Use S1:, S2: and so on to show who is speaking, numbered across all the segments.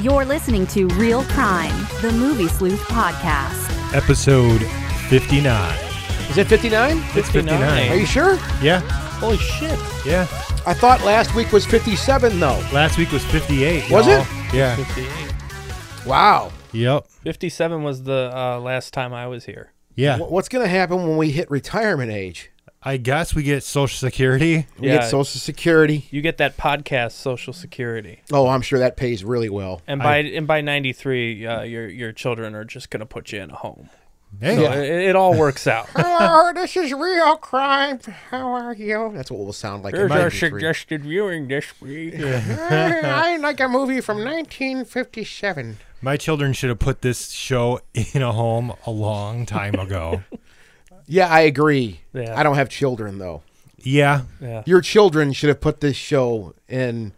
S1: You're listening to Real Crime, the Movie Sleuth podcast.
S2: episode 59.
S3: Is it 59?
S2: It's 59.
S3: Are you sure?
S2: Yeah,
S3: Holy shit.
S2: yeah.
S3: I thought last week was 57, though.
S2: Last week was 58.
S3: Was
S2: y'all.
S3: it?
S2: Yeah.
S4: 58.
S3: Wow.
S2: Yep.
S4: 57 was the uh, last time I was here.
S2: Yeah.
S3: Wh- What's going to happen when we hit retirement age?
S2: I guess we get Social Security.
S3: We
S4: Yeah.
S3: get Social Security.
S4: You get that podcast Social Security,
S3: Oh, I'm sure that pays really well.
S4: and by and by ninety three, uh, your your children are just gonna put you in a home.
S2: Hey.
S4: So it, it all works out.
S3: Hello, Oh, this is Real Crime. How are you? That's what we'll sound like. in
S4: Here's our
S3: 93.
S4: suggested viewing this week.
S3: I like a movie from 1957.
S2: My children should have put this show in a home a long time ago.
S3: Yeah, I agree.
S4: Yeah.
S3: I don't have children, though.
S2: yeah.
S4: Yeah.
S3: Your children should have put this show in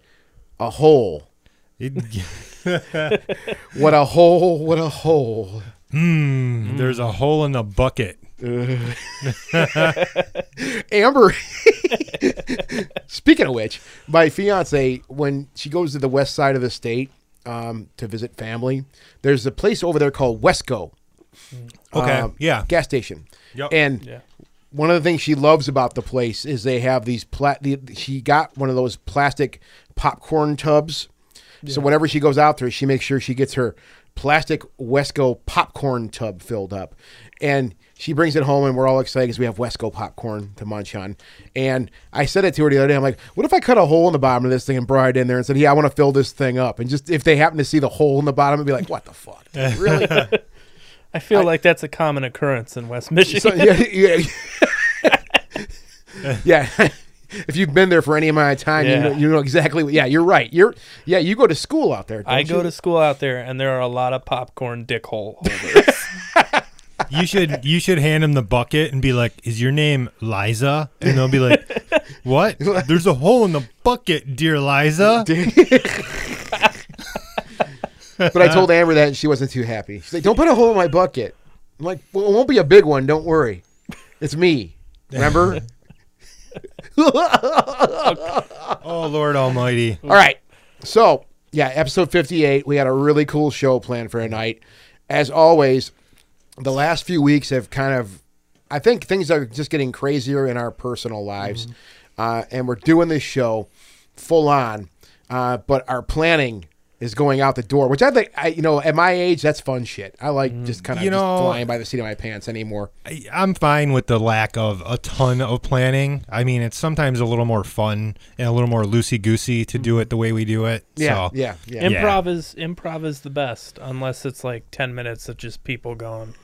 S3: a hole.
S2: It-
S3: What a hole, what a hole.
S2: There's a hole in the bucket.
S3: Amber. Speaking of which, my fiance, when she goes to the west side of the state um, to visit family, there's a place over there called Wesco.
S2: Okay.
S3: um,
S2: yeah.
S3: Gas station.
S2: Yep.
S3: And
S4: Yeah.
S3: one of the things she loves about the place is they have these pla- the, she got one of those plastic popcorn tubs. So whenever she goes out there, she makes sure she gets her plastic Wesco popcorn tub filled up. And she brings it home and we're all excited because we have Wesco popcorn to munch on. And I said it to her the other day. I'm like, what if I cut a hole in the bottom of this thing and brought it in there and said, yeah, I want to fill this thing up. And just if they happen to see the hole in the bottom and be like, what the fuck? Really?
S4: I feel like that's a common occurrence in West Michigan.
S3: So, yeah, yeah. yeah. If you've been there for any amount of time, you,
S4: Yeah.
S3: know, you know exactly what. Yeah, you're right. You're yeah. You go to school out there.
S4: I
S3: don't
S4: go
S3: you?
S4: to school out there, and there are a lot of popcorn dickhole holders.
S2: You should you should hand him the bucket and be like, "Is your name Liza?" And they'll be like, "What? There's a hole in the bucket, dear Liza."
S3: But I told Amber that, and she wasn't too happy. She's like, "Don't put a hole in my bucket." I'm like, "Well, it won't be a big one. Don't worry. It's me. Remember."
S2: Oh Lord Almighty.
S3: All right. So, yeah, episode 58. We had a really cool show planned for tonight. As always, the last few weeks have kind of, I think things are just getting crazier in our personal lives.
S2: Mm-hmm.
S3: Uh, and we're doing this show full on. Uh, but our planning is going out the door, which I think, I, you know, at my age, that's fun shit. I like just kind of
S2: Mm-hmm. You
S3: just
S2: know-
S3: flying by the seat of my pants anymore.
S2: I- I'm fine with the lack of a ton of planning. I mean, it's sometimes a little more fun and a little more loosey goosey to do it the way we do it.
S3: Yeah,
S2: so,
S3: yeah, yeah.
S2: And-
S4: Improv is improv is the best, unless it's like ten minutes of just people going.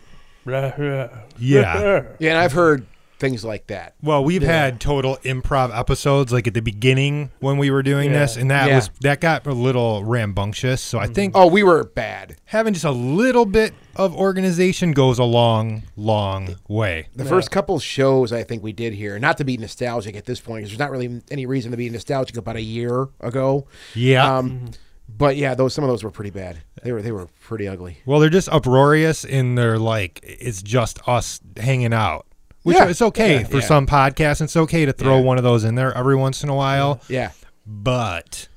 S4: "Ruh, ruh,
S2: Yeah.
S4: ruh, ruh."
S3: yeah, and I've heard things like that.
S2: Well, we've had total improv episodes like at the beginning when we were doing
S4: Yeah.
S2: this, and that
S3: Yeah.
S2: was that got a little rambunctious. So I think
S3: Oh, we were bad.
S2: having just a little bit of organization goes a long, long way.
S3: The first couple shows I think we did here, not to be nostalgic at this point, because there's not really any reason to be nostalgic about a year ago.
S2: Yeah. Mm-hmm.
S3: Um, but yeah, those some of those were pretty bad. They were they were pretty ugly.
S2: Well, they're just uproarious and they're like it's just us hanging out. Which
S3: Yeah.
S2: is okay
S3: Yeah,
S2: for
S3: yeah.
S2: some podcasts. It's okay to throw one of those in there every once in a while.
S3: Yeah,
S2: But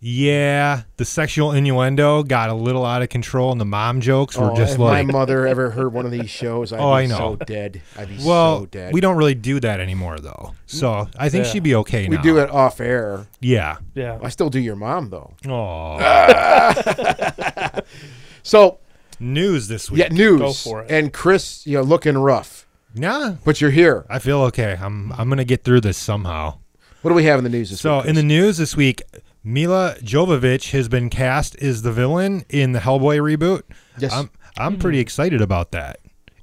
S2: yeah, the sexual innuendo got a little out of control and the mom jokes were
S3: Oh,
S2: just
S3: if
S2: like
S3: my mother ever heard one of these shows, I'd
S2: Oh,
S3: be
S2: I know.
S3: so dead. I'd be
S2: well,
S3: so dead.
S2: we don't really do that anymore though. So I think she'd be okay
S3: we
S2: now.
S3: do it off air.
S2: Yeah.
S4: Yeah.
S3: I still do your mom though. Ah.
S2: Oh,
S3: So
S2: news this week.
S3: yeah, news
S4: for it.
S3: and Chris, you know, looking rough,
S2: Nah,
S3: but you're here.
S2: I feel okay. I'm I'm gonna get through this somehow.
S3: What do we have in the news this
S2: So
S3: week?
S2: in the news this week, Mila Jovovich has been cast as the villain in the Hellboy reboot.
S3: Yes.
S2: I'm I'm pretty excited about that.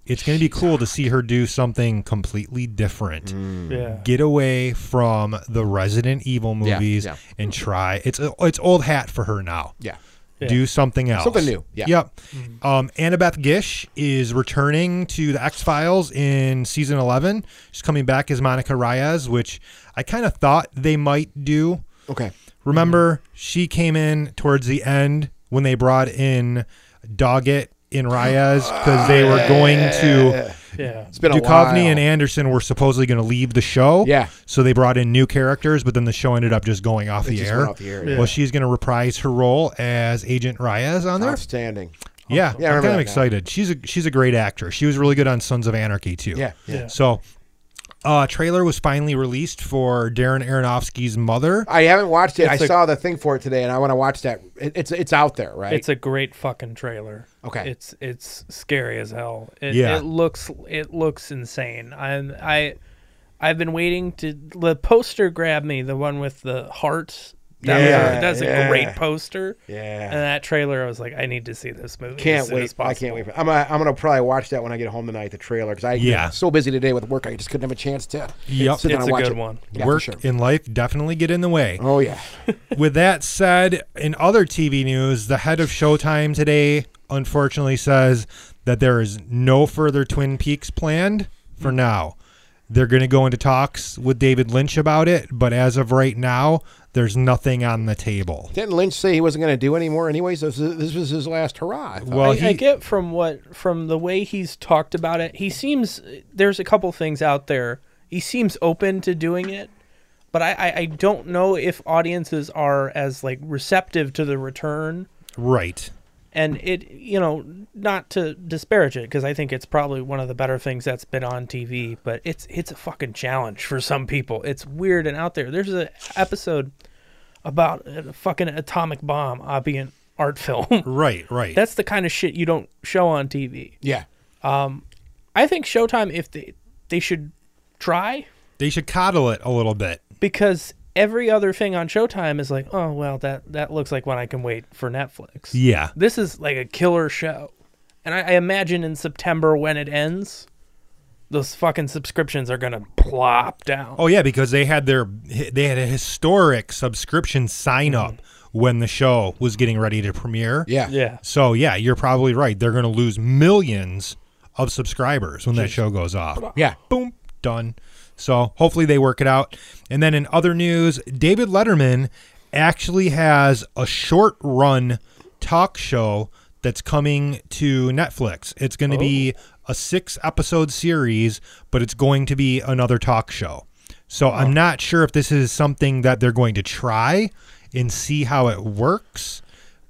S2: It's going to be cool to see her do something completely different.
S3: Mm.
S4: Yeah.
S2: Get away from the Resident Evil
S3: Yeah,
S2: movies
S3: yeah.
S2: and try. It's it's old hat for her now.
S3: yeah,
S2: Do something else.
S3: Something new, yeah.
S2: Yep. Um, Annabeth Gish is returning to the X Files in season 11. She's coming back as Monica Reyes, which I kind of thought they might do.
S3: okay,
S2: Remember, she came in towards the end when they brought in Doggett and Reyes because they were going to
S4: Yeah.
S3: It's been a while.
S2: Duchovny and Anderson were supposedly going to leave the show.
S3: Yeah.
S2: So they brought in new characters, but then the show ended up just going off,
S3: It
S2: the
S3: just
S2: air.
S3: went off the air, yeah.
S2: Well, she's going to reprise her role as Agent Reyes on there.
S3: outstanding.
S2: Yeah,
S3: Yeah, I
S2: I'm kind
S3: remember
S2: of
S3: that now.
S2: excited. She's a she's a great actress. She was really good on Sons of Anarchy too.
S3: Yeah, yeah.
S4: Yeah.
S2: So, uh, trailer was finally released for Darren Aronofsky's Mother.
S3: I haven't watched it. I
S4: It's a-
S3: saw the thing for it today, and I want to watch that. It, it's it's out there, right?
S4: It's a great fucking trailer.
S3: Okay.
S4: It's it's scary as hell. It,
S2: Yeah.
S4: it looks it looks insane. I'm I I've been waiting to the poster grabbed me, the one with the heart. That was
S3: Yeah,
S4: a, that's
S3: yeah.
S4: a great poster. And
S3: yeah.
S4: that trailer I was like, I need to see this movie. as
S3: Can't
S4: soon
S3: wait!
S4: as
S3: I can't
S4: possible.
S3: wait. For, I'm gonna, I'm gonna probably watch that when I get home tonight. The trailer because I
S2: Yeah.
S3: so busy today with work, I just couldn't have a chance to.
S2: Yep.
S3: sit down
S4: It's
S3: and
S4: a
S3: watch
S4: good
S3: it.
S4: one.
S3: Yeah, for
S2: Work
S3: sure.
S2: in life definitely get in the way.
S3: Oh yeah.
S2: With that said, in other TV news, the head of Showtime today unfortunately says that there is no further Twin Peaks planned
S3: Mm.
S2: for now. They're going to go into talks with David Lynch about it, but as of right now, there's nothing on the table.
S3: Didn't Lynch say he wasn't gonna do any more anyways? This, is- this was his last hurrah. I thought.
S2: Well,
S4: I,
S2: he,
S4: I get from what from the way he's talked about it. He seems there's a couple things out there. He seems open to doing it, but I, I, I don't know if audiences are as like receptive to the return.
S2: right.
S4: And it you know not to disparage it because I think it's probably one of the better things that's been on TV. But it's it's a fucking challenge for some people. It's weird and out there. There's an episode about a fucking atomic bomb obient art film.
S2: Right, right.
S4: That's the kind of shit you don't show on TV.
S3: yeah.
S4: I think Showtime, if they they should try,
S2: they should coddle it a little bit.
S4: because every other thing on Showtime is like, oh well, that that looks like when I can wait for Netflix.
S2: Yeah.
S4: This is like a killer show, and I, I imagine in September when it ends, those fucking subscriptions are gonna plop down.
S2: Oh yeah, because they had their they had a historic subscription sign up when the show was getting ready to premiere.
S3: Mm-hmm. Yeah.
S4: yeah.
S2: So yeah, you're probably right. They're going to lose millions of subscribers when that show goes off.
S3: Yeah.
S2: Boom, done. So hopefully they work it out. And then in other news, David Letterman actually has a short run talk show that's coming to Netflix. It's going to be a six episode series, but it's going to be another talk show. So I'm not sure if this is something that they're going to try and see how it works,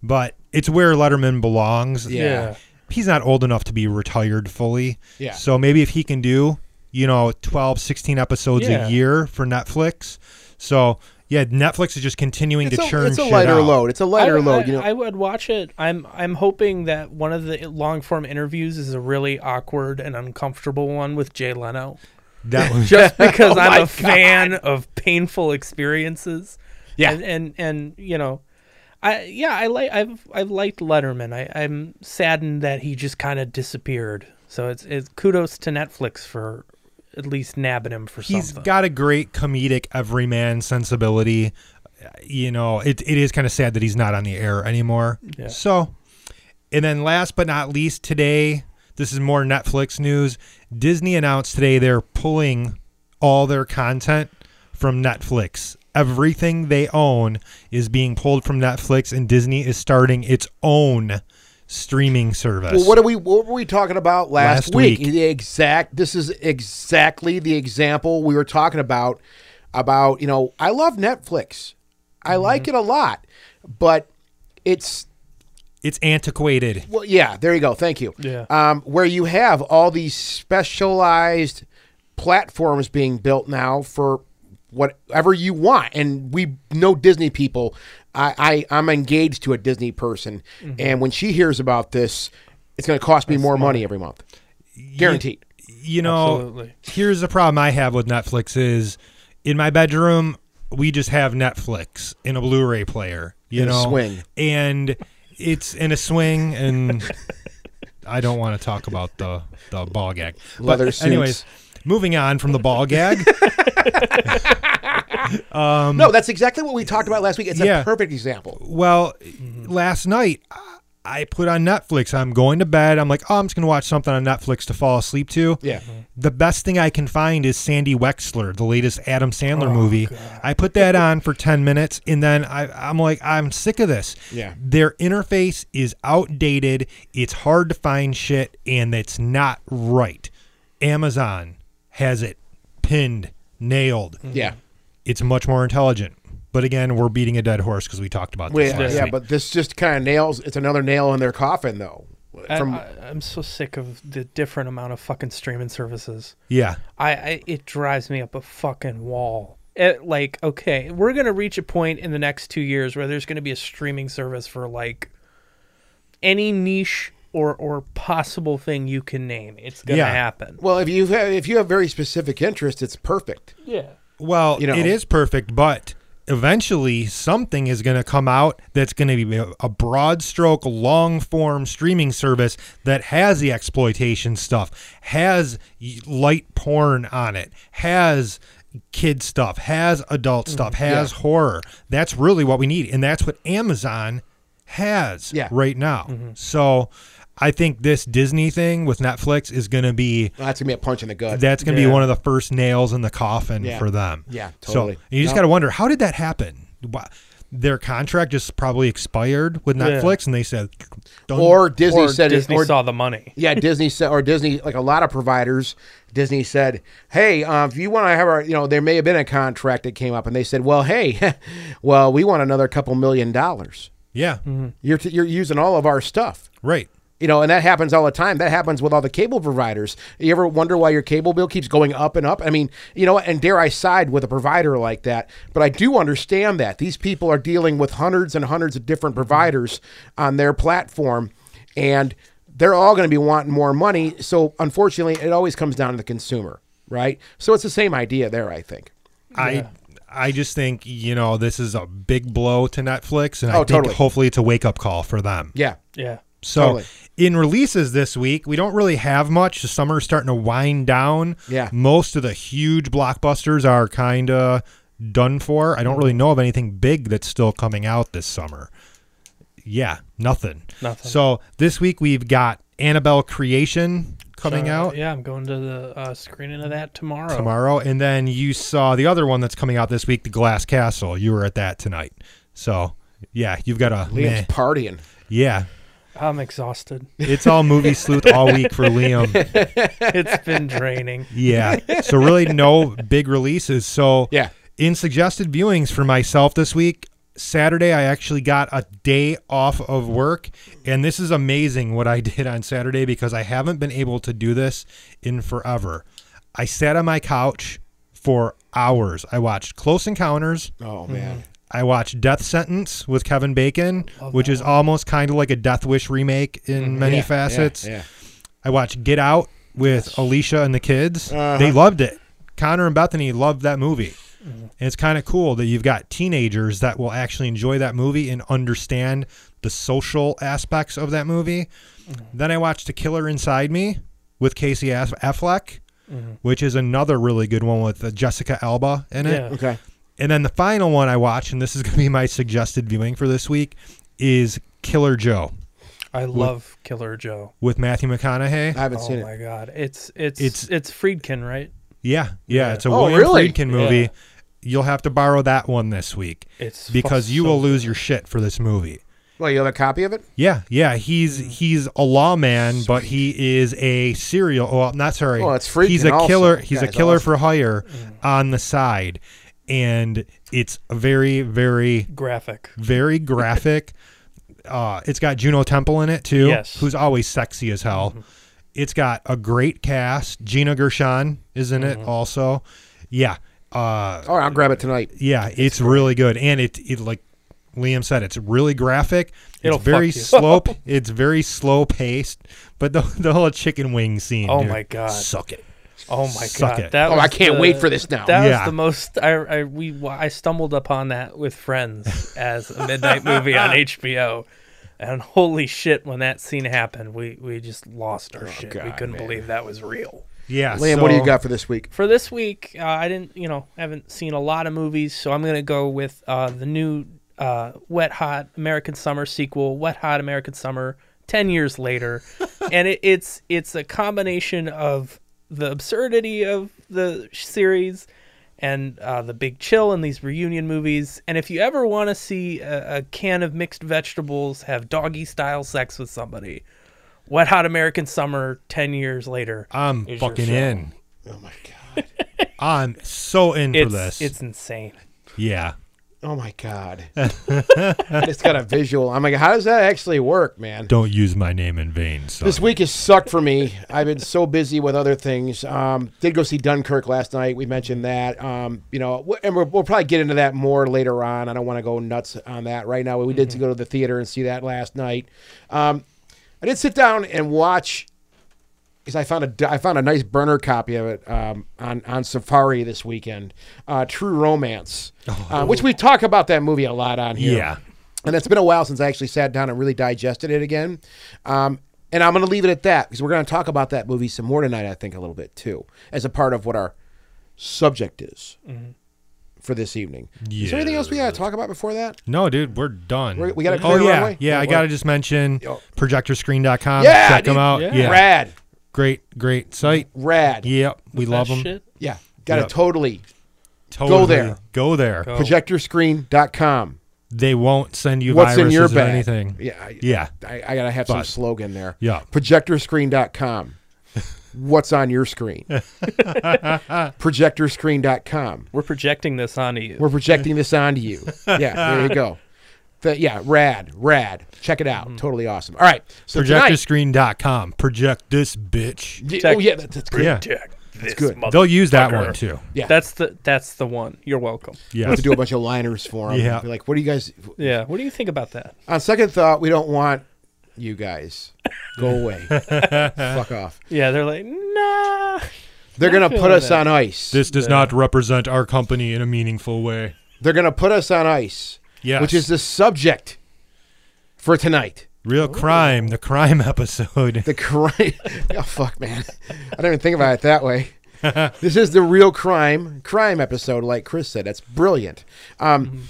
S2: but it's where Letterman belongs
S3: Yeah.
S2: he's not old enough to be retired fully.
S3: Yeah.
S2: So maybe if he can do, you know, 12, 16 episodes
S4: Yeah.
S2: a year for Netflix. So yeah, Netflix is just continuing
S3: It's
S2: to
S3: a,
S2: churn
S3: it's a
S2: shit
S3: lighter
S2: out.
S3: load. It's a
S4: I,
S3: lighter load.
S4: I-
S3: you know.
S4: I would watch it. I'm I'm hoping that one of the long form interviews is a really awkward and uncomfortable one with Jay Leno.
S2: That was,
S4: just because I'm a fan of painful experiences.
S3: Yeah.
S4: and and, and you know, I yeah I like I've I've liked Letterman. I, I'm saddened that he just kind of disappeared. So it's it's kudos to Netflix for at least nabbing him for
S2: he's
S4: something.
S2: got a great comedic everyman sensibility. Uh, You know, it, it is kind of sad that he's not on the air anymore. So, and then last but not least today, this is more Netflix news. Disney announced today they're pulling all their content from Netflix. Everything they own is being pulled from Netflix, and Disney is starting its own streaming service.
S3: Well, what are we? What were we talking about last,
S2: Last
S3: week?
S2: week.
S3: The exact. This is exactly the example we were talking about. About you know, I love Netflix. I like it a lot, but it's
S2: it's antiquated.
S3: well, yeah. There you go. Thank you.
S4: Yeah.
S3: Um, where you have all these specialized platforms being built now for whatever you want, and we know Disney people. I, I I'm engaged to a Disney person, and when she hears about this, it's going to cost me more money every month, guaranteed.
S2: you know
S4: Absolutely.
S2: here's the problem i have with netflix is in my bedroom we just have netflix in a blu-ray player you
S3: And a
S2: know
S3: swing.
S2: and it's in a swing and i don't want to talk about the the ball gag But
S3: Leather suits.
S2: anyways moving on from the ball gag
S3: no, that's exactly what we talked about last week. It's
S2: Yeah.
S3: a perfect example.
S2: Well,
S3: Mm-hmm.
S2: last night I- I put on Netflix. I'm going to bed. I'm like, oh, I'm just going to watch something on Netflix to fall asleep to.
S3: Yeah. Mhm.
S2: The best thing I can find is Sandy Wexler, the latest Adam Sandler
S3: Oh,
S2: movie. I put that on for 10 minutes and then I, I'm like, I'm sick of this.
S3: Yeah.
S2: Their interface is outdated. It's hard to find shit and it's not right. Amazon has it pinned, nailed.
S3: Yeah.
S2: It's much more intelligent. But again, we're beating a dead horse because we talked about
S3: Wait,
S2: this. last
S3: yeah,
S2: week.
S3: but this just kind of nails. It's another nail in their coffin, though. From
S4: I, I, I'm so sick of the different amount of fucking streaming services.
S2: yeah,
S4: I, I it drives me up a fucking wall. It, like, okay, we're gonna reach a point in the next two years where there's gonna be a streaming service for like any niche or or possible thing you can name. It's gonna
S2: Yeah.
S4: happen.
S3: well, if you have, if you have very specific interest, it's perfect.
S4: yeah.
S2: Well,
S3: You know.
S2: it is perfect, but eventually something is going to come out that's going to be a- a broad stroke, long form streaming service that has the exploitation stuff, has y- light porn on it, has kid stuff, has adult
S3: Mm,
S2: stuff, has horror. That's really what we need, and that's what Amazon has
S3: Yeah. Mm-hmm.
S2: right now. So. I think this Disney thing with Netflix is going to be
S3: That's gonna be a punch in the gut.
S2: that's going to be
S4: Yeah.
S2: one of the first nails in the coffin
S3: Yeah.
S2: for them.
S3: Yeah,
S2: So,
S3: totally.
S2: you just
S3: No.
S2: got to wonder how did that happen? Why, their contract just probably expired with Netflix, and they said, "Done."
S3: or Disney
S4: Or
S3: said
S4: Disney
S3: it, or
S4: saw the money.
S3: Yeah, Disney said, or Disney, like a lot of providers, Disney said, "Hey, uh, if you want to have our, you know, there may have been a contract that came up, and they said, well, hey, well, we want another couple million dollars.
S2: yeah,
S3: You're t- you're using all of our stuff,
S2: right,
S3: you know, and that happens all the time. That happens with all the cable providers. You ever wonder why your cable bill keeps going up and up? I mean, you know, what? and dare I side with a provider like that? But I do understand that these people are dealing with hundreds and hundreds of different providers on their platform, and they're all going to be wanting more money. So unfortunately, it always comes down to the consumer, right? So it's the same idea there, I think.
S2: I." I just think you know this is a big blow to Netflix, and I
S3: Oh,
S2: think
S3: totally.
S2: hopefully it's a wake up call for them.
S3: Yeah.
S4: Yeah.
S2: So
S3: Totally.
S2: in releases this week, we don't really have much. The summer's starting to wind down.
S3: Yeah.
S2: Most of the huge blockbusters are kind of done for. I don't really
S3: Mm-hmm.
S2: know of anything big that's still coming out this summer. Yeah, nothing.
S4: Nothing.
S2: So this week we've got Annabelle Creation coming
S4: Uh,
S2: out
S4: Yeah, I'm going to the uh, screening of that tomorrow.
S2: tomorrow. And then you saw the other one that's coming out this week, The Glass Castle. You were at that tonight. So yeah, you've got a
S3: Liam's
S2: meh.
S3: partying.
S2: yeah.
S4: I'm exhausted.
S2: It's all movie sleuth all week for Liam.
S4: It's been draining.
S2: Yeah. So really no big releases. So
S3: Yeah.
S2: in suggested viewings for myself this week, Saturday I actually got a day off of work and this is amazing what I did on Saturday because I haven't been able to do this in forever. I sat on my couch for hours. I watched Close Encounters,
S3: Oh man.
S2: I watched Death Sentence with Kevin Bacon, which is almost kind of like a Death Wish remake in many
S3: Yeah, yeah,
S2: facets.
S3: Yeah.
S2: I watched Get Out with Alicia and the kids. They loved it. Connor and Bethany loved that movie. And it's kind of cool that you've got teenagers that will actually enjoy that movie and understand the social aspects of that movie. Then I watched The Killer Inside Me with Casey Aff- Affleck, which is another really good one with uh, Jessica Alba in it.
S4: Yeah.
S3: Okay.
S2: And then the final one I watched, and this is going to be my suggested viewing for this week, is Killer Joe
S4: I love Killer Joe.
S2: with Matthew McConaughey.
S3: I haven't
S4: Oh
S3: seen it.
S4: my god, it's it's
S2: It's-
S4: it's it's Friedkin, right?
S2: Yeah, yeah, it's a
S3: Oh,
S2: William
S3: really?
S2: Friedkin movie.
S4: Yeah.
S2: You'll have to borrow that one this week
S4: It's
S2: because
S4: fu-
S2: you
S4: so
S2: will lose your shit for this movie.
S3: Well, you have a copy of it?
S2: Yeah, yeah, he's
S3: Mm.
S2: he's a lawman, but he is a serial. Well, not sorry.
S3: Well, it's
S2: He's
S3: Oh, Friedkin
S2: a
S3: also.
S2: killer. He's a
S3: Guy's
S2: killer
S3: awesome. Mm.
S2: for hire on the side, and it's very, very,
S4: graphic.
S2: very graphic. uh, it's got Juno Temple in it too,
S4: Yes. Mm-hmm.
S2: who's always sexy as hell. It's got a great cast. Gina Gershon is in
S4: Mm-hmm.
S2: it also. Yeah. Uh,
S3: All right, I'll grab it tonight.
S2: yeah, it's, really good, and it, it like Liam said, it's really graphic. It's
S4: It'll fuck
S2: very
S4: you.
S2: slow. it's very slow paced, but the, the whole chicken wing scene.
S4: Oh
S2: dude,
S4: my God.
S2: suck it!
S4: Oh my
S2: Suck
S4: god,
S2: it.
S4: that
S3: Oh,
S4: was
S3: I can't
S4: the-
S3: wait for this now.
S4: That
S2: Yeah.
S4: was the most I I we wa- I stumbled upon that with friends as a midnight movie on HBO. And holy shit, when that scene happened, we, we just lost
S2: Oh,
S4: our shit. we
S3: God,
S4: couldn't
S3: man.
S4: believe that was real.
S2: Yeah,
S3: Liam, what do you
S2: so-
S3: got for this week?
S4: For this week, uh, I didn't, you know, haven't seen a lot of movies, so I'm gonna go with uh, the new uh, Wet Hot American Summer sequel, Wet Hot American Summer, ten years later, and it, it's it's a combination of the absurdity of the series and uh, the big chill in these reunion movies. And if you ever want to see a, a can of mixed vegetables have doggy style sex with somebody, Wet Hot American Summer 10 years later.
S2: I'm
S4: is your
S2: fucking
S4: show.
S2: in.
S3: Oh my god.
S2: I'm so in for
S4: It's,
S2: this.
S4: it's insane.
S2: yeah.
S3: Oh my god. it's got a visual. I'm like, how does that actually work, man?
S2: Don't use my name in vain. Son.
S3: This week has sucked for me. I've been so busy with other things. Um, did go see Dunkirk last night. We mentioned that. Um, you know, w- and we'll, we'll probably get into that more later on. I don't want to go nuts on that right now. We did go to the theater and see that last night. Um, I did sit down and watch because I found a d- I found a nice burner copy of it um, on on Safari this weekend. Uh, True Romance, uh, which we talk about that movie a lot on here.
S2: Oh. Yeah.
S3: and it's been a while since I actually sat down and really digested it again. Um, and I'm going to leave it at that because we're going to talk about that movie some more tonight. I think a little bit too, as a part of what our subject is for this evening. Is there anything else we got to talk about before that?
S2: No, dude, we're done.
S3: We're- we gotta
S2: Oh,
S3: clear the
S2: yeah.
S3: runway?
S2: Yeah, I
S3: What?
S2: got to just mention
S3: Yo.
S2: projectorscreen.com.
S3: Yeah,
S2: Um, Check them
S3: dude.
S2: out. Yeah.
S4: Yeah.
S3: Rad,
S2: Great, great site.
S3: rad.
S2: Yep. We love
S4: That
S2: them.
S4: shit.
S3: yeah. Got to
S2: Yep.
S3: totally
S2: Totally.
S3: there.
S2: Go there.
S4: Go.
S3: projectorscreen.com.
S2: They won't send you
S3: What's in
S2: viruses
S3: your
S2: or
S3: bag?
S2: anything.
S3: Yeah, I-
S2: Yeah.
S3: I, I gotta have some
S2: But-
S3: slogan there.
S2: Yeah.
S3: Projectorscreen.com. What's on your screen? Projectorscreen.com.
S4: We're projecting this onto you.
S3: We're projecting this onto you. Yeah, there you go. The- yeah, rad, rad. Check it out.
S2: Mm-hmm.
S3: Totally awesome. All right. So tonight,
S2: Projectorscreen.com. Project this bitch.
S3: Yeah,
S4: Tech-
S3: oh yeah, that, that's good.
S2: Yeah.
S4: Project this
S3: good.
S4: mother-
S2: They'll use that
S4: Fucker.
S2: one too.
S3: Yeah.
S4: That's the that's the one. You're welcome.
S2: Yeah.
S3: We'll have to do a bunch of liners for them.
S2: Yeah.
S3: Be like, what do you guys?
S4: Yeah. What do you think about that?
S3: On second thought, we don't want you guys. Go away. Fuck off.
S4: Yeah, they're like, nah.
S3: They're gonna
S4: feeling
S3: put us
S4: that.
S3: on ice.
S2: This does not represent our company in a meaningful way.
S3: They're going to put us on ice.
S2: Yes.
S3: Which is the subject for tonight.
S2: Real
S4: Oh.
S2: crime, the crime episode.
S3: The crime. oh, fuck, man. I didn't even think about it that way. this is the real crime, crime episode, like Chris said. That's brilliant. Um,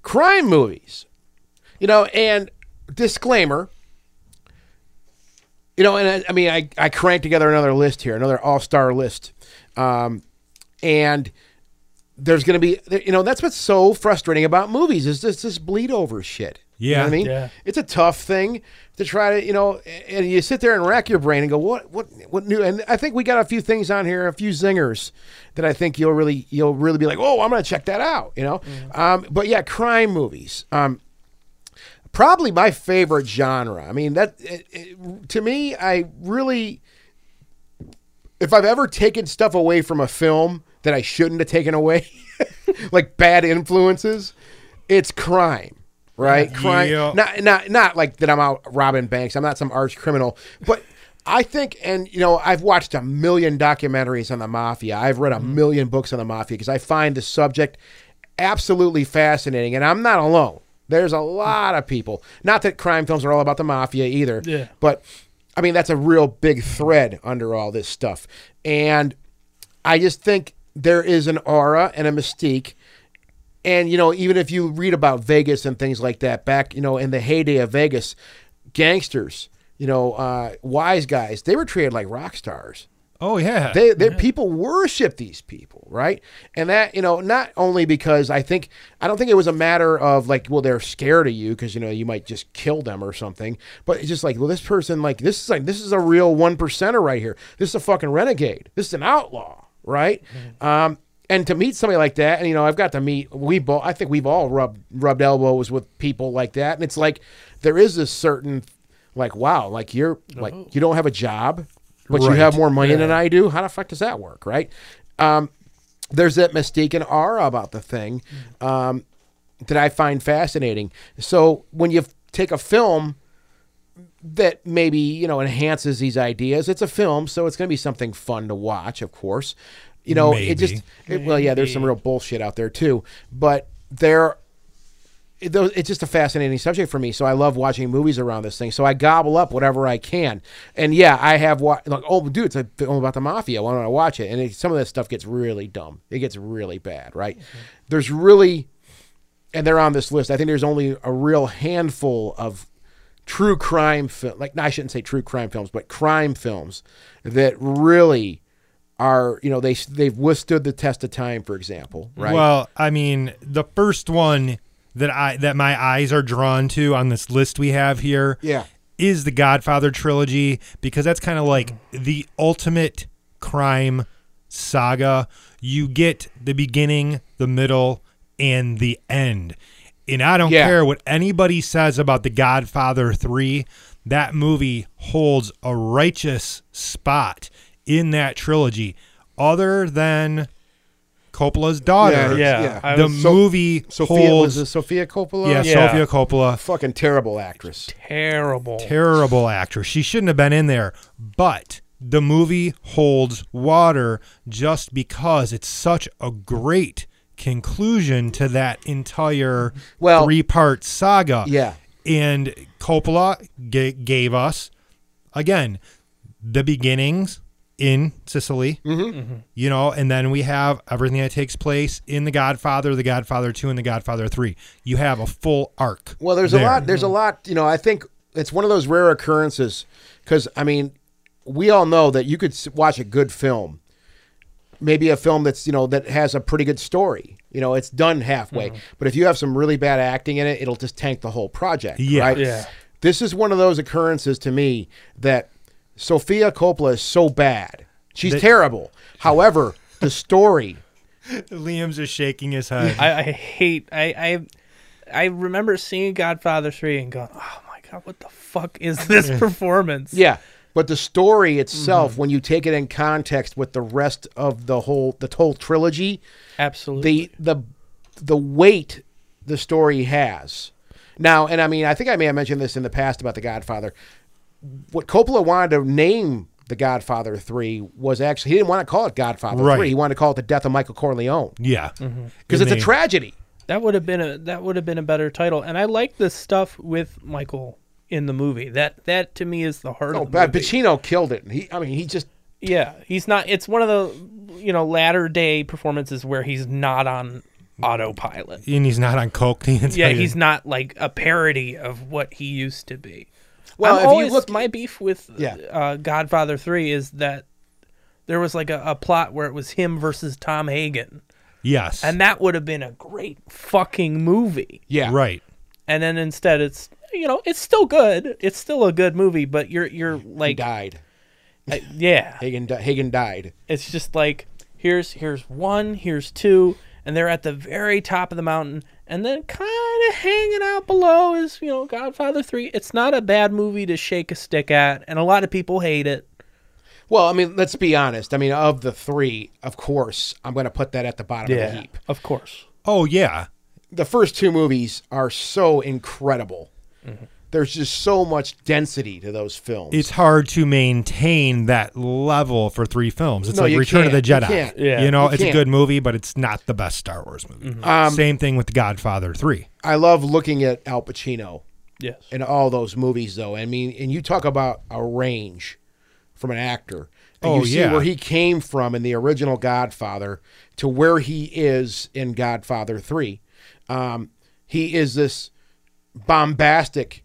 S3: Crime movies. You know, and disclaimer. You know, and I, I mean, I, I cranked together another list here, another all star list. Um, and there's going to be, you know, that's what's so frustrating about movies is this, this bleed over shit. You know what I
S2: Yeah.
S3: mean?
S4: Yeah.
S3: It's a tough thing to try to, you know, and you sit there and rack your brain and go, what, what, what new? And I think we got a few things on here, a few zingers that I think you'll really, you'll really be like, oh, I'm going to check that out, you know? Um, but yeah, crime movies. Um, probably my favorite genre. I mean, that it, it, to me, I really, if I've ever taken stuff away from a film that I shouldn't have taken away, like bad influences, it's crime, right? Crime,
S2: Yeah.
S3: not not not like that. I'm out robbing banks. I'm not some arch criminal, but. I think, and you know, I've watched a million documentaries on the mafia. I've read a million books on the mafia because I find the subject absolutely fascinating, and I'm not alone. There's a lot of people. Not that crime films are all about the mafia either.
S4: Yeah.
S3: But I mean, that's a real big thread under all this stuff. And I just think there is an aura and a mystique. And, you know, even if you read about Vegas and things like that, back, you know, in the heyday of Vegas, gangsters, you know, uh, wise guys, they were treated like rock stars
S2: Oh yeah.
S3: they, they people worship these people right and that you know not only because i think i don't think it was a matter of like well they're scared of you because you know you might just kill them or something but it's just like well this person like this is like this is a real one percenter right here this is a fucking renegade this is an outlaw right
S2: Mm-hmm.
S3: um and to meet somebody like that, and you know, I've got to meet. We both, I think we've all rubbed rubbed elbows with people like that, and it's like there is this certain, like, wow, like you're like you don't have a job, but you
S2: Right.
S3: have more money than I do. How the fuck does that work, right? Um, there's that mystique and aura about the thing um, that I find fascinating. So when you f- take a film that maybe you know enhances these ideas, it's a film, so it's going to be something fun to watch, of course. You know, it just it, well, yeah, there's some real bullshit out there too, but there it, those- it's just a fascinating subject for me. So I love watching movies around this thing. So I gobble up whatever I can. And yeah, I have watched like, oh, dude, it's a film about the mafia. Why don't I watch it? And it, some of that stuff gets really dumb. It gets really bad, right? There's really, and they're on this list. I think there's only a real handful of true crime film. Like, no, I shouldn't say true crime films, but crime films that really are you know they they've withstood the test of time for example right
S2: Well, I mean, the first one that I that my eyes are drawn to on this list we have here
S3: Yeah.
S2: is the Godfather trilogy because that's kind of like the ultimate crime saga. You get the beginning, the middle, and the end. And I don't
S3: Yeah.
S2: care what anybody says about The Godfather 3, that movie holds a righteous spot in that trilogy, other than Coppola's daughter.
S4: Yeah,
S3: Yeah.
S4: I
S2: The
S4: was
S3: So-
S2: movie
S3: Sophia
S2: holds.
S3: was it Sophia Coppola?
S2: yeah,
S4: Yeah.
S2: Sofia Coppola,
S3: fucking terrible actress.
S4: terrible.
S2: terrible actress. She shouldn't have been in there, but the movie holds water just because it's such a great conclusion to that entire
S3: Well-
S2: three-part saga.
S3: Yeah.
S2: and Coppola g- gave us again the beginnings in Sicily.
S3: Mm-hmm.
S2: You know, and then we have everything that takes place in The Godfather, The Godfather 2 and The Godfather 3. You have a full arc.
S3: Well, there's a
S2: there. Mm-hmm.
S3: lot. There's a lot. You know, I think it's one of those rare occurrences because I mean, we all know that you could s- watch a good film, maybe a film that's you know that has a pretty good story. You know, it's done halfway,
S2: Mm-hmm.
S3: but if you have some really bad acting in it, it'll just tank the whole project.
S2: Yeah.
S3: right?
S4: Yeah.
S3: This is one of those occurrences to me that Sophia Coppola is so bad, she's terrible. However, the story.
S2: Liam's just shaking his head.
S4: I, I hate. I, I I remember seeing Godfather three and going, "Oh my god, what the fuck is this performance?"
S3: Yeah. But the story itself, when you take it in context with the rest of the whole the whole trilogy,
S4: absolutely.
S3: the the the weight the story has. Now, and I mean, I think I may have mentioned this in the past about The Godfather. What Coppola wanted to name The Godfather Three was actually he didn't want to call it Godfather
S2: Right.
S3: Three. He wanted to call it The Death of Michael Corleone
S2: Yeah,
S4: Mm-hmm.
S3: because
S2: And
S3: it's a
S2: they-
S3: tragedy.
S4: that would have been a that would have been a better title. And I like the stuff with Michael in the movie. That that to me is the heart
S3: Oh,
S4: of the
S3: but
S4: movie.
S3: Pacino killed it. He, I mean, he just
S4: Yeah, he's not. It's one of the you know latter day performances where he's not on autopilot.
S2: and he's not on coke. The
S4: Yeah,
S2: entire-
S4: he's not like a parody of what he used to be.
S3: Well,
S4: Well,
S3: if you
S4: always,
S3: look-
S4: my beef with
S3: Yeah.
S4: uh, Godfather Three is that there was like a, a plot where it was him versus Tom Hagen,
S2: yes,
S4: and that would have been a great fucking movie.
S3: yeah
S2: right.
S4: And then instead, it's you know it's still good. It's still a good movie, but you're you're
S3: He
S4: like
S3: died.
S4: uh, yeah,
S3: Hagen di- Hagen died.
S4: it's just like here's here's one here's two and they're at the very top of the mountain and then kind of hanging out below is you know godfather 3 it's not a bad movie to shake a stick at and a lot of people hate it
S3: Well, I mean, let's be honest. I mean, of the three, of course, I'm going to put that at the bottom of the heap.
S4: of course
S2: Oh yeah,
S3: The first two movies are so incredible. There's just so much density to those films.
S2: Mm-hmm. it's hard to maintain that level for three films. It's
S3: No,
S2: like
S3: you
S2: Return of the
S3: can't. You
S2: Jedi.
S3: can't.
S4: Yeah.
S2: you know,
S3: You
S2: it's a
S3: can't. Mm-hmm. Um,
S2: good movie, but it's not the best Star Wars movie. Same thing with The Godfather Three.
S3: I love looking at Al Pacino
S4: yes
S3: in all those movies, though. I mean, and you talk about a range from an actor. And
S2: Oh,
S3: you see
S2: yeah.
S3: where he came from in the original Godfather to where he is in Godfather 3. Um, he is this bombastic,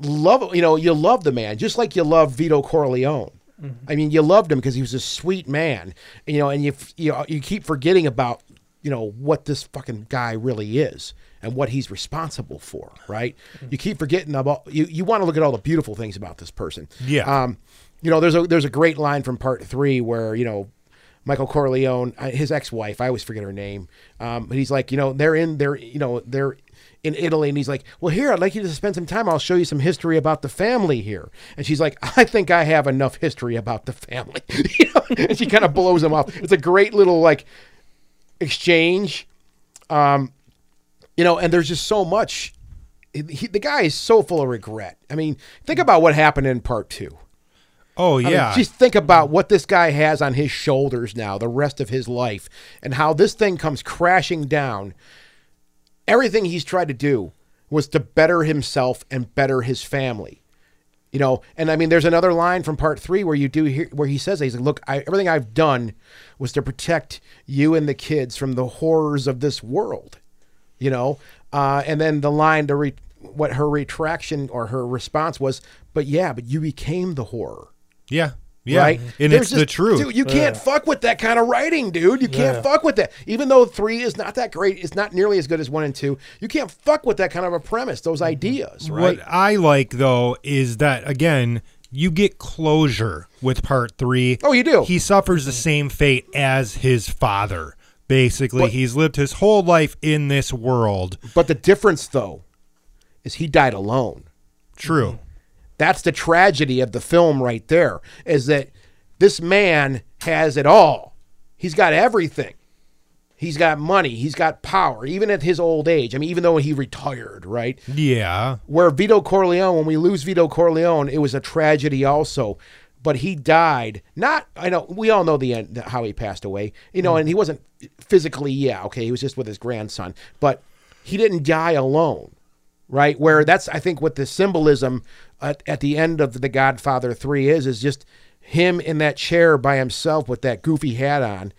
S3: love, you know, you love the man, just like you love Vito Corleone. I mean, you loved him because he was a sweet man, you know, and you, f- you know, you keep forgetting about, you know, what this fucking guy really is and what he's responsible for, right? You keep forgetting about you. You want to look at all the beautiful things about this person.
S2: Yeah.
S3: Um, you know, there's a there's a great line from part three where you know Michael Corleone, uh, his ex-wife, I always forget her name, um, but he's like, you know, they're in they're you know they're in Italy, and he's like, well, here I'd like you to spend some time. I'll show you some history about the family here, and she's like, I think I have enough history about the family, you know? and she kind of blows him off. It's a great little like exchange Um, you know, and there's just so much. He, the guy is so full of regret. I mean, think about what happened in part two.
S2: Oh
S3: I mean,
S2: yeah,
S3: just think about what this guy has on his shoulders now, the rest of his life, and how this thing comes crashing down. Everything he's tried to do was to better himself and better his family. You know, and I mean, there's another line from part three where you do hear where he says, that. "He's like, look, I, everything I've done was to protect you and the kids from the horrors of this world." You know, uh, and then the line to re- what her retraction or her response was, "But yeah, but you became the horror."
S2: yeah. Yeah,
S3: right?
S2: and
S3: There's
S2: it's the truth.
S3: Dude, you can't fuck with that kind of writing, dude. You can't
S4: Yeah.
S3: fuck with that. Even though three is not that great, it's not nearly as good as one and two. You can't fuck with that kind of a premise, those ideas, right?
S2: What I like though is that again, you get closure with part three.
S3: Oh, you do.
S2: He suffers the same fate as his father. Basically, he's lived his whole life in this world.
S3: But the difference, though, is he died alone.
S2: True.
S3: That's the tragedy of the film, right there, is that this man has it all. He's got everything. He's got money. He's got power, even at his old age. I mean, even though he retired, right?
S2: Yeah.
S3: where Vito Corleone, when we lose Vito Corleone, it was a tragedy also. But he died. Not, I know, we all know the end, how he passed away. You know, and he wasn't physically, yeah, okay, he was just with his grandson. But he didn't die alone, right? Where that's, I think, what the symbolism at, at the end of The Godfather 3 is, is just him in that chair by himself with that goofy hat on.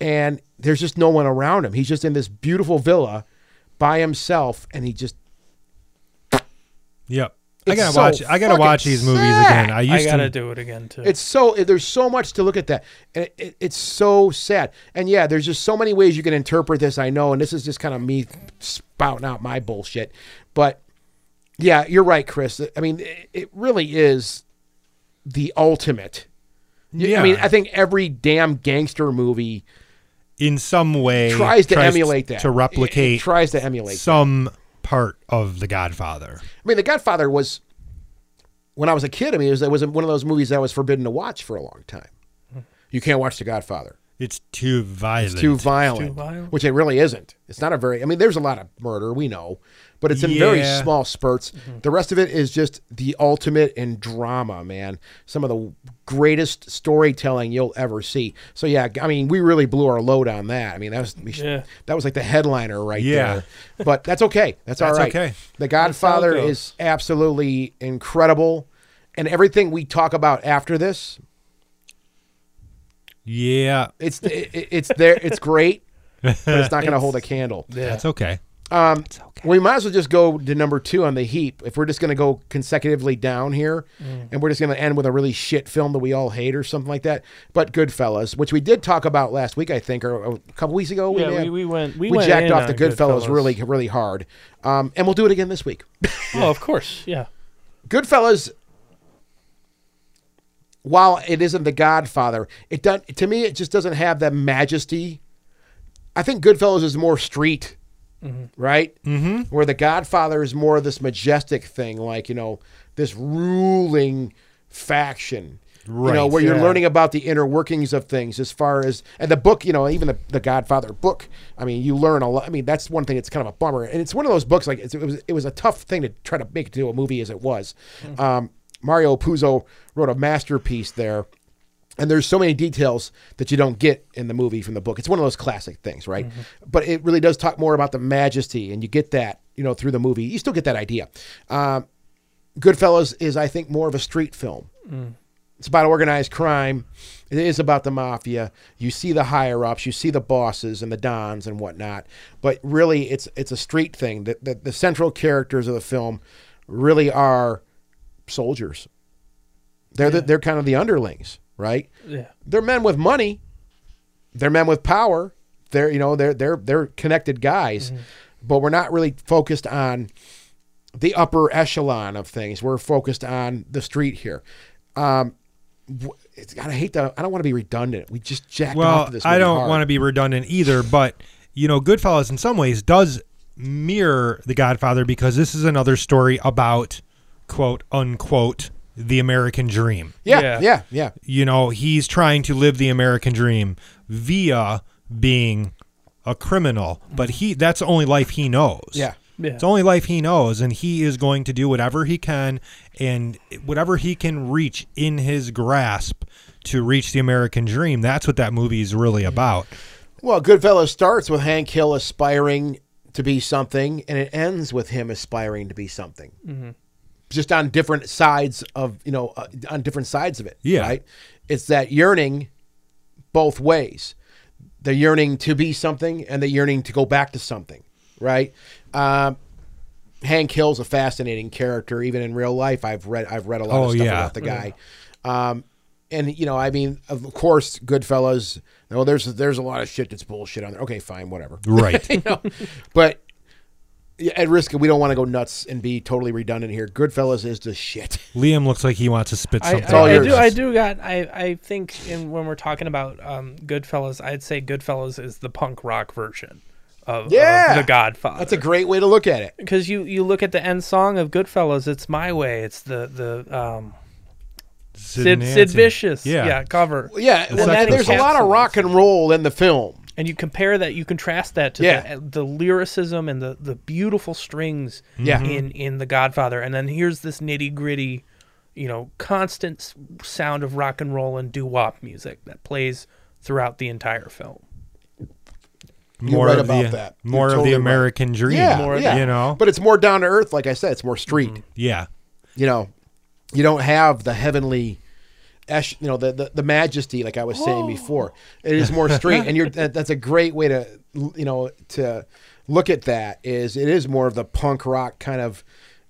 S3: And there's just no one around him. He's just in this beautiful villa by himself, and he just
S2: Yep. I
S3: It's
S2: gotta
S3: so
S2: watch. I gotta
S3: fucking
S2: watch these movies
S3: sad.
S2: again. I
S4: I
S2: used
S4: gotta
S2: to.
S4: do it again too.
S3: It's so there's so much to look at that, and it, it, it's so sad. And yeah, there's just so many ways you can interpret this. I know, and this is just kind of me spouting out my bullshit, but yeah, you're right, Chris. I mean, it, it really is the ultimate.
S2: yeah.
S3: I mean, I think every damn gangster movie
S2: in some way,
S3: tries to emulate that,
S2: to
S3: It- it
S2: replicate
S3: tries to emulate.
S2: some part of The Godfather.
S3: I mean, The Godfather was when I was a kid. I mean, it was, it was one of those movies that was forbidden to watch for a long time.
S2: Hmm.
S3: You can't watch The Godfather.
S2: It's too violent.
S3: It's too violent,
S4: violent?
S3: which it really isn't. It's not a very. I mean, there's a lot of murder we know, but it's in very
S2: Yeah. Mm-hmm.
S3: small spurts. The rest of it is just the ultimate in drama, man. Some of the greatest storytelling you'll ever see. So yeah, I mean, we really blew our load on that. I mean, that was we sh-
S4: Yeah.
S3: that was like the headliner right
S2: Yeah.
S3: there. But that's okay. That's, all
S2: That's
S3: right.
S2: okay.
S3: The Godfather
S4: goes.
S3: is absolutely incredible, and everything we talk about after this,
S2: Yeah.
S3: it's it, it- it's there. It's great. But it's not going to hold a candle.
S2: That's okay.
S3: We might as well just go to number two on the heap. If we're just going to go consecutively down here,
S4: Mm.
S3: and we're just going to end with a really shit film that we all hate or something like that. But Goodfellas, which we did talk about last week, I think, or a couple weeks ago.
S4: Yeah,
S3: may
S4: we-
S3: have-
S4: we went- we
S3: we
S4: went
S3: jacked
S4: in
S3: off the
S4: on
S3: Goodfellas,
S4: Goodfellas.
S3: really, really hard. Um, and we'll do it again this week.
S4: oh, of course, yeah.
S3: Goodfellas, while it isn't The Godfather, it done to me. It just doesn't have that majesty. I think Goodfellas is more street, right? Mm-hmm. Where The Godfather is more of this majestic thing, like you know, this ruling faction. You
S2: Right.
S3: know, where you're
S4: Yeah.
S3: learning about the inner workings of things as far as and the book, you know, even the, the Godfather book. I mean, you learn a lot. I mean, that's one thing that's kind of a bummer. And it's one of those books like it's, it was it was a tough thing to try to make into a movie as it was. Um, Mario Puzo wrote a masterpiece there. And there's so many details that you don't get in the movie from the book. It's one of those classic things, right? But it really does talk more about the majesty, and you get that, you know, through the movie. You still get that idea. Um, Goodfellas is, I think, more of a street film. It's about organized crime. It is about the mafia. You see the higher ups, you see the bosses and the dons and whatnot. But really, it's it's a street thing. That the, the central characters of the film really are soldiers. They're the, they're kind of the underlings, right?
S4: Yeah.
S3: They're men with money. They're men with power. They're you know they're they're they're connected guys,
S2: Mm-hmm.
S3: but we're not really focused on the upper echelon of things. We're focused on the street here. Um, w- it's, God, I hate that. I don't want to be redundant. We just jacked off
S2: Well,
S3: to this.
S2: I don't want to be redundant either, but you know, Goodfellas in some ways does mirror The Godfather because this is another story about quote unquote the American dream.
S3: Yeah, yeah,
S4: Yeah.
S3: yeah,
S2: You know, he's trying to live the American dream via being a criminal, but he that's the only life he knows.
S3: Yeah.
S4: Yeah.
S2: It's the only life he knows, and he is going to do whatever he can and whatever he can reach in his grasp to reach the American dream. That's what that movie is really about.
S3: Well, Goodfellas starts with Hank Hill aspiring to be something, and it ends with him aspiring to be something. Just on different sides of you know, uh, on different sides of it.
S2: Yeah.
S3: right. It's that yearning both ways, the yearning to be something and the yearning to go back to something. Right. Um, Hank Hill's a fascinating character, even in real life. I've read I've read a lot
S2: Oh,
S3: of stuff
S2: yeah.
S3: about the guy. Um, and you know, I mean, of course, Goodfellas. No, there's there's a lot of shit that's bullshit on there. Okay, fine, whatever.
S2: Right.
S3: But yeah, at risk, we don't want to go nuts and be totally redundant here. Goodfellas is the shit.
S2: Liam looks like he wants to spit
S4: I,
S2: something.
S3: all
S4: I, I
S3: yours.
S4: do. I do got. I, I think in, when we're talking about um, Goodfellas, I'd say Goodfellas is the punk rock version of, of
S3: Yeah.
S4: the Godfather.
S3: That's a great way to look at it.
S4: because you you look at the end song of Goodfellas. It's my way. It's the the um, Sid
S2: and
S4: Sid
S2: Nancy.
S4: Vicious
S2: Yeah.
S4: cover.
S3: Yeah, well,
S2: like
S3: that- there's a lot of
S4: encapsulates-
S3: rock and roll in the film.
S4: and you compare that you contrast that to
S3: Yeah.
S4: the, the lyricism and the, the beautiful strings
S3: Yeah.
S2: Mm-hmm.
S4: in in the godfather and then here's this nitty gritty you know constant s- sound of rock and roll and doo-wop music that plays throughout the entire film
S3: You're
S2: More
S3: right
S2: of
S3: about
S2: the
S3: that. You're
S2: more of
S3: totally
S2: the
S3: right.
S2: American dream.
S3: Yeah, yeah.
S2: you know. Mm-hmm.
S3: But it's more down to earth. Like I said, it's more street.
S2: yeah.
S3: You know, you don't have the heavenly, esh, you know, the, the the majesty. Like I was saying before, it is more street, and you're that, that's a great way to you know to look at that. Is it is more of the punk rock kind of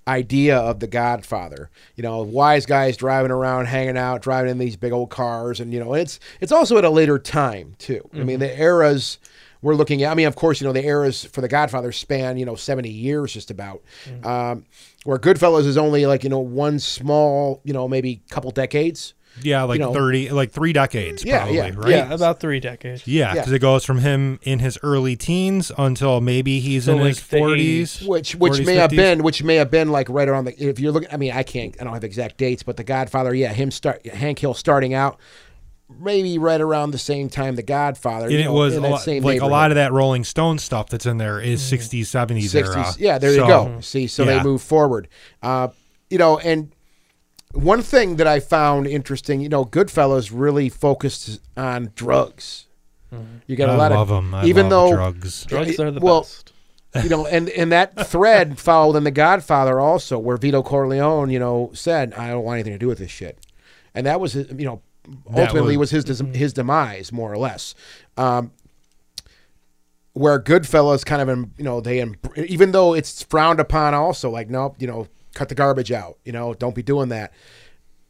S3: idea of the Godfather. You know, wise guys driving around, hanging out, driving in these big old cars, and you know, it's it's also at a later time too. I mean, the eras we're looking at. I mean, of course, you know the eras for the Godfather span you know seventy years just about. Um, where Goodfellas is only like you know one small you know maybe couple decades.
S2: Yeah, like
S3: know.
S2: 30 like 3 decades
S3: Yeah,
S2: probably,
S3: yeah,
S2: right?
S3: yeah.
S4: about three decades
S2: Yeah,
S3: Yeah.
S2: because it goes from him in his early teens until maybe he's
S4: So,
S2: in
S4: like,
S2: his
S4: the
S2: forties,
S3: Which which may have been which may have been like right around the if you're looking I mean I can't I don't have exact dates but the Godfather yeah him start Hank Hill starting out maybe right around the same time the Godfather
S2: And
S3: you
S2: it
S3: know,
S2: was a
S3: in that
S2: lot,
S3: same
S2: like a
S3: neighborhood.
S2: lot of that Rolling Stone stuff that's in there is sixties, seventies era.
S3: 60s. Yeah, there you
S2: So, mm-hmm.
S3: go. See, so
S2: yeah.
S3: they move forward. Uh, you know, and one thing that I found interesting, you know, Goodfellas really focused on drugs. You got
S2: Mm-hmm.
S3: a
S2: I
S3: lot
S2: love
S3: of
S2: 'em. I
S3: even
S2: love
S3: though
S2: drugs.
S4: drugs are the
S3: well,
S4: best
S3: you know, and and that thread followed in The Godfather also, where Vito Corleone, you know, said, "I don't want anything to do with this shit," and that was, his- you know,
S2: That
S3: ultimately
S2: was- Mm-hmm.
S3: was, his des- his demise, more or less. Um, where Goodfellas kind of, em- you know, they em- even though it's frowned upon, also like, nope, you know, cut the garbage out, you know, don't be doing that.